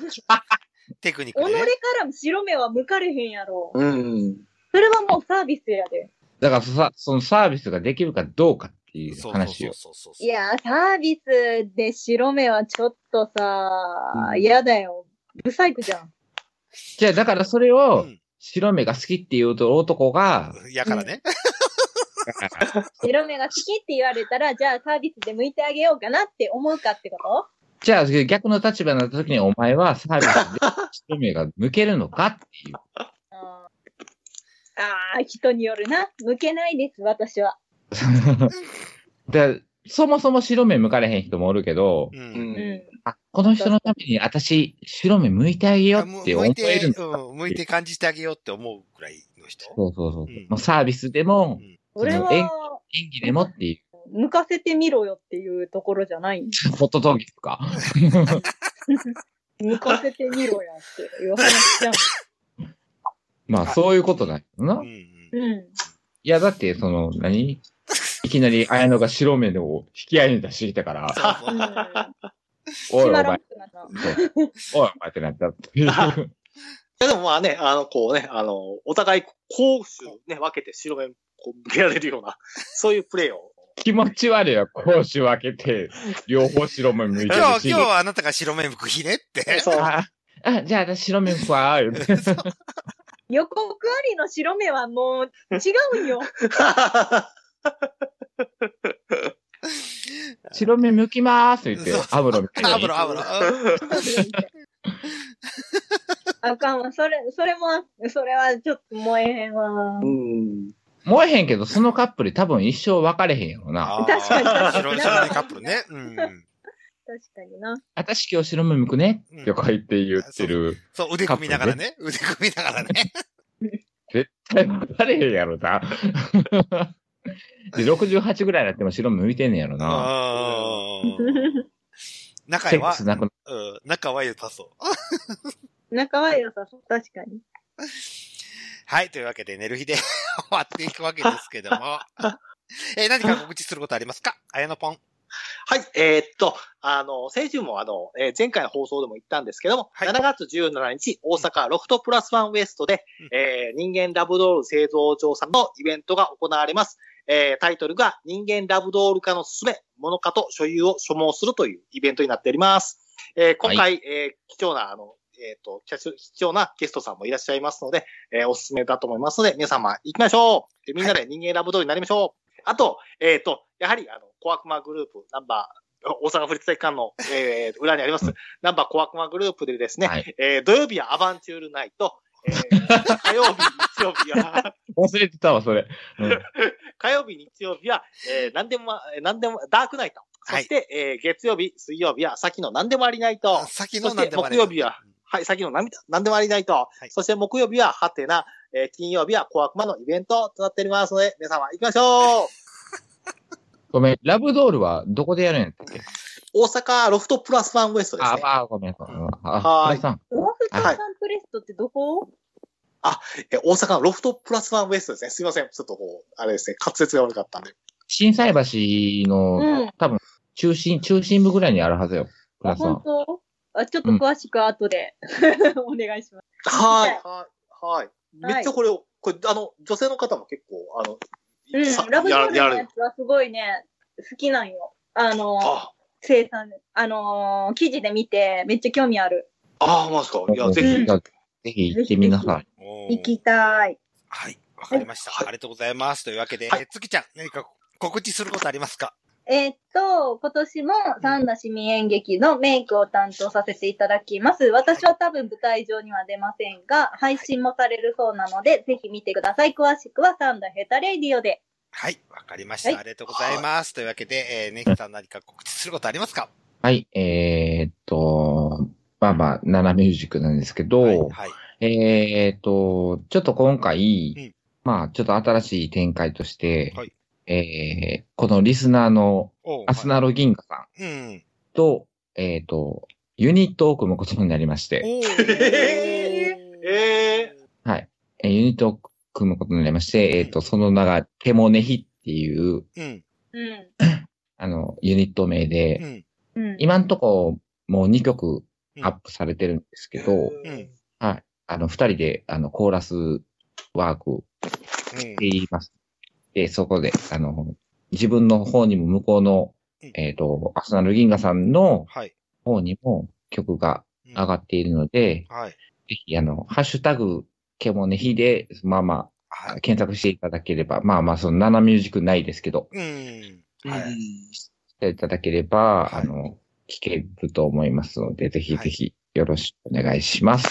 Speaker 1: テクニック
Speaker 4: か
Speaker 1: ね。
Speaker 4: ら白目は向かれへんやろ。
Speaker 3: うん。
Speaker 4: それはもうサービスやで。
Speaker 2: だからそさ、そのサービスができるかどうかっていう話を。
Speaker 1: そうそうそうそうそう。
Speaker 4: いやー、サービスで白目はちょっとさ
Speaker 2: う、ん
Speaker 4: 嫌だよ。不細工じゃん。
Speaker 2: じゃあ、だからそれを
Speaker 1: うん、
Speaker 2: 白目が好きっていう男が、
Speaker 1: やからね。
Speaker 4: 白目が好きって言われたら、じゃあサービスで向いてあげようかなって思うかってこと
Speaker 2: じゃあ逆の立場になった時にお前はサービスで白目が向けるのかっていう。
Speaker 4: あーあー、人によるな。向けないです、私は。
Speaker 2: でそもそも白目向かれへん人もおるけど、
Speaker 1: う。
Speaker 3: うん。
Speaker 4: うんん。
Speaker 2: あ、この人のために私、白目向いてあげようって
Speaker 1: 向
Speaker 2: 思
Speaker 1: い
Speaker 2: え
Speaker 1: て、
Speaker 2: るの。
Speaker 1: うん、向いて感じてあげようって思うくらいの人。
Speaker 2: そうそうそう。
Speaker 1: うん
Speaker 2: もうサービスでも、
Speaker 4: 俺は、
Speaker 2: え演技でもってい
Speaker 4: 向かせてみろよっていうところじゃない。
Speaker 2: う、ホットトーキ とか。
Speaker 4: 向かせてみろやっていう話じ ゃん。
Speaker 2: まあ、そういうことだよな
Speaker 1: う。ん。
Speaker 4: うん。
Speaker 2: いや、だって、その、何いきなり綾野が白目を引き合いに出してきたから、
Speaker 1: そう
Speaker 4: う
Speaker 1: そう。
Speaker 2: おいお
Speaker 4: ん閉
Speaker 2: 前、
Speaker 4: まら
Speaker 2: そ
Speaker 4: んくなった
Speaker 2: うおいお前ってなったってい う。
Speaker 3: いやでもまあね、あの、こうね、あの、お互い攻守ね、分けて白目をこう向けられるような、そういうプレーを。
Speaker 2: 気持ち悪いよ、講師分けて、両方白目向い
Speaker 1: 今
Speaker 2: てる
Speaker 1: 日、
Speaker 2: し。
Speaker 1: 今日はあなたが白目向く日ねって。
Speaker 3: そう。
Speaker 2: ああ、じゃあ私白目ふわー言うて
Speaker 4: 予告ありの白目はもう違うん よ。
Speaker 2: 白目向きまーす言って
Speaker 1: そう、
Speaker 2: アブロみたいに。
Speaker 1: アブロ、アブロ。
Speaker 4: あかんわ。それ、それも、それはちょっと燃えへんわ
Speaker 3: う。ん。
Speaker 2: 燃えへんけど、そのカップル多分一生分かれへんやろな。
Speaker 1: あー
Speaker 4: 確かに
Speaker 1: 白白目カップルね。うん。
Speaker 4: 確かにな。
Speaker 2: 私今日白目向くねって書いて言ってる。
Speaker 1: そう、腕組みながらね。腕組みながら ね。
Speaker 2: 絶対 分かれへんやろな。で、68ぐらいになっても白目向いてんねやろな。
Speaker 1: うん。仲
Speaker 2: セック
Speaker 1: は
Speaker 2: ス、なくな
Speaker 1: うん、仲は良さそう。
Speaker 4: 仲は良さそう。確かに。
Speaker 1: はい、というわけで、寝る日で 終わっていくわけですけど も。えー何か告知することありますかあやのぽん。
Speaker 3: はい、えーっと、あの、先週もあの、えー前回の放送でも言ったんですけども、
Speaker 1: はい
Speaker 3: 7月17日、大阪ロフトプラスワンウエストで、
Speaker 1: う
Speaker 3: えー人間ラブドール製造場さんのイベントが行われます。えータイトルが人間ラブドール化のすすめ、物化と所有を所望するというイベントになっております。えー今回、
Speaker 2: は
Speaker 3: えー貴重な、あの、えーっ、と、貴重貴重なゲストさんもいらっしゃいますので、えーおすすめだと思いますので、皆様行きましょうでみんなで人間ラブドールになりましょう、あと、えっ、と、やはり、あの、小悪魔グループ、ナンバー、大阪府立体育館の、えー裏にあります、ナンバー小悪魔グループでですね、
Speaker 2: はい
Speaker 3: えー土曜日はアバンチュールナイト、えー 火曜日、日曜日は、
Speaker 2: 忘れてたわ、それ。うん
Speaker 3: 火曜日、日曜日は、えー、何でも、えー何でも、ダークナイト。そして、えー月曜日、水曜日は、先の何でもありナイト。
Speaker 1: 先の何でもあれ
Speaker 3: そして木曜日は。はい、先の何何でもありないと。
Speaker 1: い
Speaker 3: そして木曜日はハテナ、えー金曜日は小悪魔のイベントとなっておりますので、皆様行きま しょう
Speaker 2: ごめん、ラブドールはどこでやるんやったっけ
Speaker 3: 大阪ロフトプラスワンウエストです
Speaker 2: あ、
Speaker 3: ね。
Speaker 2: あ、ごめん、ごめん。あ、
Speaker 3: はーい
Speaker 2: 倉さん。
Speaker 4: オフターサンプレストってどこ
Speaker 3: え大阪のロフトプラスワンウエストですね。すいません。ちょっとこう、あれですね、滑舌が悪かったんで。
Speaker 2: 震災橋の、
Speaker 4: うん
Speaker 2: 多分、中心、中心部ぐらいにあるはずよ。倉さ
Speaker 4: 本
Speaker 2: ん。
Speaker 4: 当あ、ちょっと詳しく後で、 お願いします。
Speaker 3: はい。はい。はい。
Speaker 4: はい
Speaker 3: めっちゃこれを、これ、あの、女性の方も結構、あの、さ
Speaker 4: うん。ラブドール
Speaker 3: やら
Speaker 4: の
Speaker 3: れ
Speaker 4: や
Speaker 3: る。
Speaker 4: つはすごいね、好きなんよ。あのー、
Speaker 3: あ、
Speaker 4: 生産、あのー記事で見て、めっちゃ興味ある。
Speaker 3: ああ、まじか。いや、ぜ ひ。
Speaker 2: ぜひ行ってみなさい。
Speaker 1: おー
Speaker 4: 行きたい。
Speaker 1: はい、わかりました。
Speaker 3: はい
Speaker 1: ありがとうございます。というわけで、
Speaker 3: はい
Speaker 1: えーつきちゃん、何か告知することありますか
Speaker 4: えーっと、今年も三田市民演劇のメイクを担当させていただきます。私は多分舞台上には出ませんが、配信もされるそうなので、ぜひ見てください。詳しくは三田ヘタレイディオで。
Speaker 1: はい、わかりました。
Speaker 4: はい
Speaker 1: ありがとうございます。というわけで、えー、ネキさん何か告知することありますか
Speaker 2: はい、えーっと、まあまあ、ナナミュージックなんですけど、
Speaker 1: はい、はい。
Speaker 2: えーっと、ちょっと今回、
Speaker 1: うん
Speaker 2: まあ、ちょっと新しい展開として、
Speaker 1: はい
Speaker 2: えーこのリスナーの
Speaker 1: おう
Speaker 2: アスナロ銀河さん
Speaker 1: はい うん。
Speaker 2: と、えーっと、ユニットを組むことになりまして、
Speaker 1: お
Speaker 3: えーえ
Speaker 2: はい、えーユニットを組むことになりまして、えーっと、その名が、テモネヒっていう、
Speaker 1: ー。うん。
Speaker 4: うん。
Speaker 2: あの、ユニット名で、
Speaker 1: うん。
Speaker 4: うん。
Speaker 2: 今んとこもう2曲アップされてるんですけど、
Speaker 1: うん。
Speaker 2: はい。あの、2人で、あの、コーラスワーク
Speaker 1: うん
Speaker 2: しています。で、そこで、あの、自分の方にも向こうの
Speaker 1: うん、
Speaker 2: えっ、と、アスナル銀河さんの
Speaker 1: はい。
Speaker 2: 方にも曲が
Speaker 1: うん
Speaker 2: 上がっているので、
Speaker 1: はい。
Speaker 2: ぜひ、あの、ハッシュタグ、ケモネヒで、まあま
Speaker 1: は
Speaker 2: あ、
Speaker 1: い。
Speaker 2: 検索していただければ、まあまあ、その、ナナミュージックないですけど、
Speaker 1: うん。
Speaker 3: うん
Speaker 1: はい。
Speaker 2: していただければ、
Speaker 1: はい
Speaker 2: あの、聞けると思いますので、ぜひ
Speaker 1: はい
Speaker 2: ぜひ、よろしくお願いします。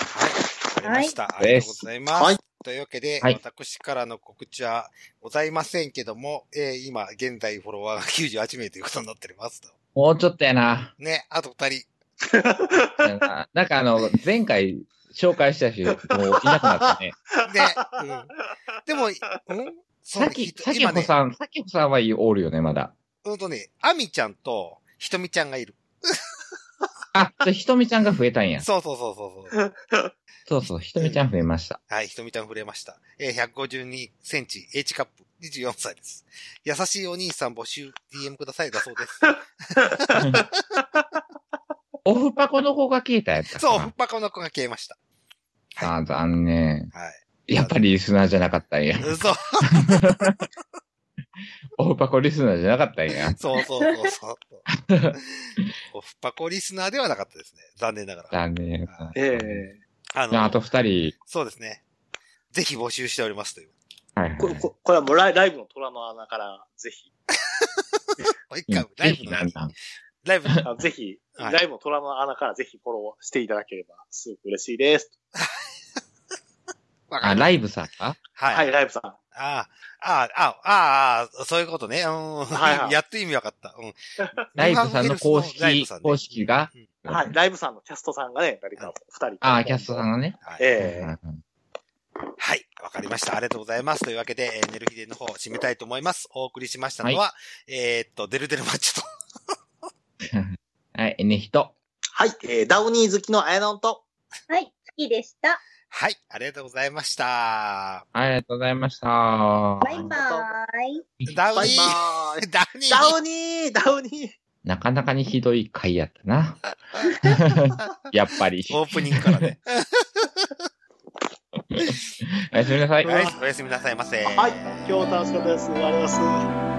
Speaker 1: はい。わかりました。ありがとうございます。
Speaker 3: はい
Speaker 1: というわけで、
Speaker 2: はい
Speaker 1: 私からの告知はございませんけども、えー今、現在フォロワーが98名ということになっておりますと。
Speaker 2: もうちょっとやな。
Speaker 1: ね、あと二人。
Speaker 2: なんか、なんかあの、前回紹介したし、もういなくなったね。
Speaker 1: ね、うん。でも、うん そう
Speaker 2: さ
Speaker 1: ね
Speaker 2: っき、
Speaker 1: ひと
Speaker 2: さき
Speaker 1: 今
Speaker 2: ほ
Speaker 1: ね、
Speaker 2: さん、さきほさんはおるよね、まだ。
Speaker 1: うんとね、アミちゃんとひとみちゃんがいる。
Speaker 2: あ、じゃあひとみちゃんが増えたんや。
Speaker 1: そうそうそうそうそう。
Speaker 2: そうそう、ひとみちゃん増え ました。
Speaker 1: はい、ひとみちゃん触れました。えー、152センチ、H カップ、24歳です。優しいお兄さん募集、DM くださいだそうです。
Speaker 2: オフパコの子が消えたやったかな。
Speaker 1: そう、ふっぱこの子が消えました。
Speaker 2: あー残念。
Speaker 1: はい。
Speaker 2: やっぱりリスナーじゃなかったんや。
Speaker 1: 嘘。
Speaker 2: オフパコリスナーじゃなかった んや。
Speaker 1: そうそうそうそう。 オフパコリスナーではなかったですね。残念ながら。
Speaker 2: 残念。
Speaker 3: え
Speaker 1: あの、
Speaker 2: あと二人。
Speaker 1: そうですね。ぜひ募集しておりますという。
Speaker 2: はい、は
Speaker 3: え
Speaker 2: い。
Speaker 3: こここれはもうライライブの虎の穴から、ぜひ、
Speaker 1: もう一
Speaker 2: うん
Speaker 1: 回、ライブの
Speaker 2: ぜひなんなん
Speaker 1: ライブの、
Speaker 3: あぜひ、
Speaker 1: はい
Speaker 3: ライブの虎の穴からぜひフォローしていただければ、すごく嬉しいです。
Speaker 1: わか
Speaker 2: あ、
Speaker 1: る
Speaker 2: ライブさんか
Speaker 1: はい。
Speaker 3: はい、ライブさん。
Speaker 1: ああ、ああ、ああ、そういうことね。うん。
Speaker 3: いは い
Speaker 1: やっと意味わかった。 うん。
Speaker 2: ライブさんの公
Speaker 1: ライブ
Speaker 2: 式
Speaker 1: さん、ね
Speaker 2: 公式が
Speaker 1: うん。
Speaker 3: はい、ライブさんのキャストさんがね、誰か二人。
Speaker 2: あー、キャストさん
Speaker 3: ん。
Speaker 2: がね。
Speaker 1: はい
Speaker 3: ええ
Speaker 1: はい。わかりました。ありがとうございます。というわけで、えー、寝る日での方、締めたいと思います。お送りしましたのは、えーっと、デルデルマッチと。
Speaker 2: はい、ねひと。
Speaker 3: はい、えーダウニー好きのあやのんと、
Speaker 4: はい、好きでした。
Speaker 1: はい。ありがとうございました。
Speaker 2: ありがとうございました。
Speaker 4: バイバーイ。
Speaker 1: ダウ
Speaker 3: バイ
Speaker 1: ニー。
Speaker 3: バーイ。
Speaker 1: ダウニー。
Speaker 3: ダウニーダウニー
Speaker 2: なかなかにひどい回やったな。やっぱり。
Speaker 1: オープニングからね。
Speaker 2: おやすみなさい。
Speaker 1: はい。おやすみなさいませ。
Speaker 3: はい、今日楽しかったです。ありがとうございます。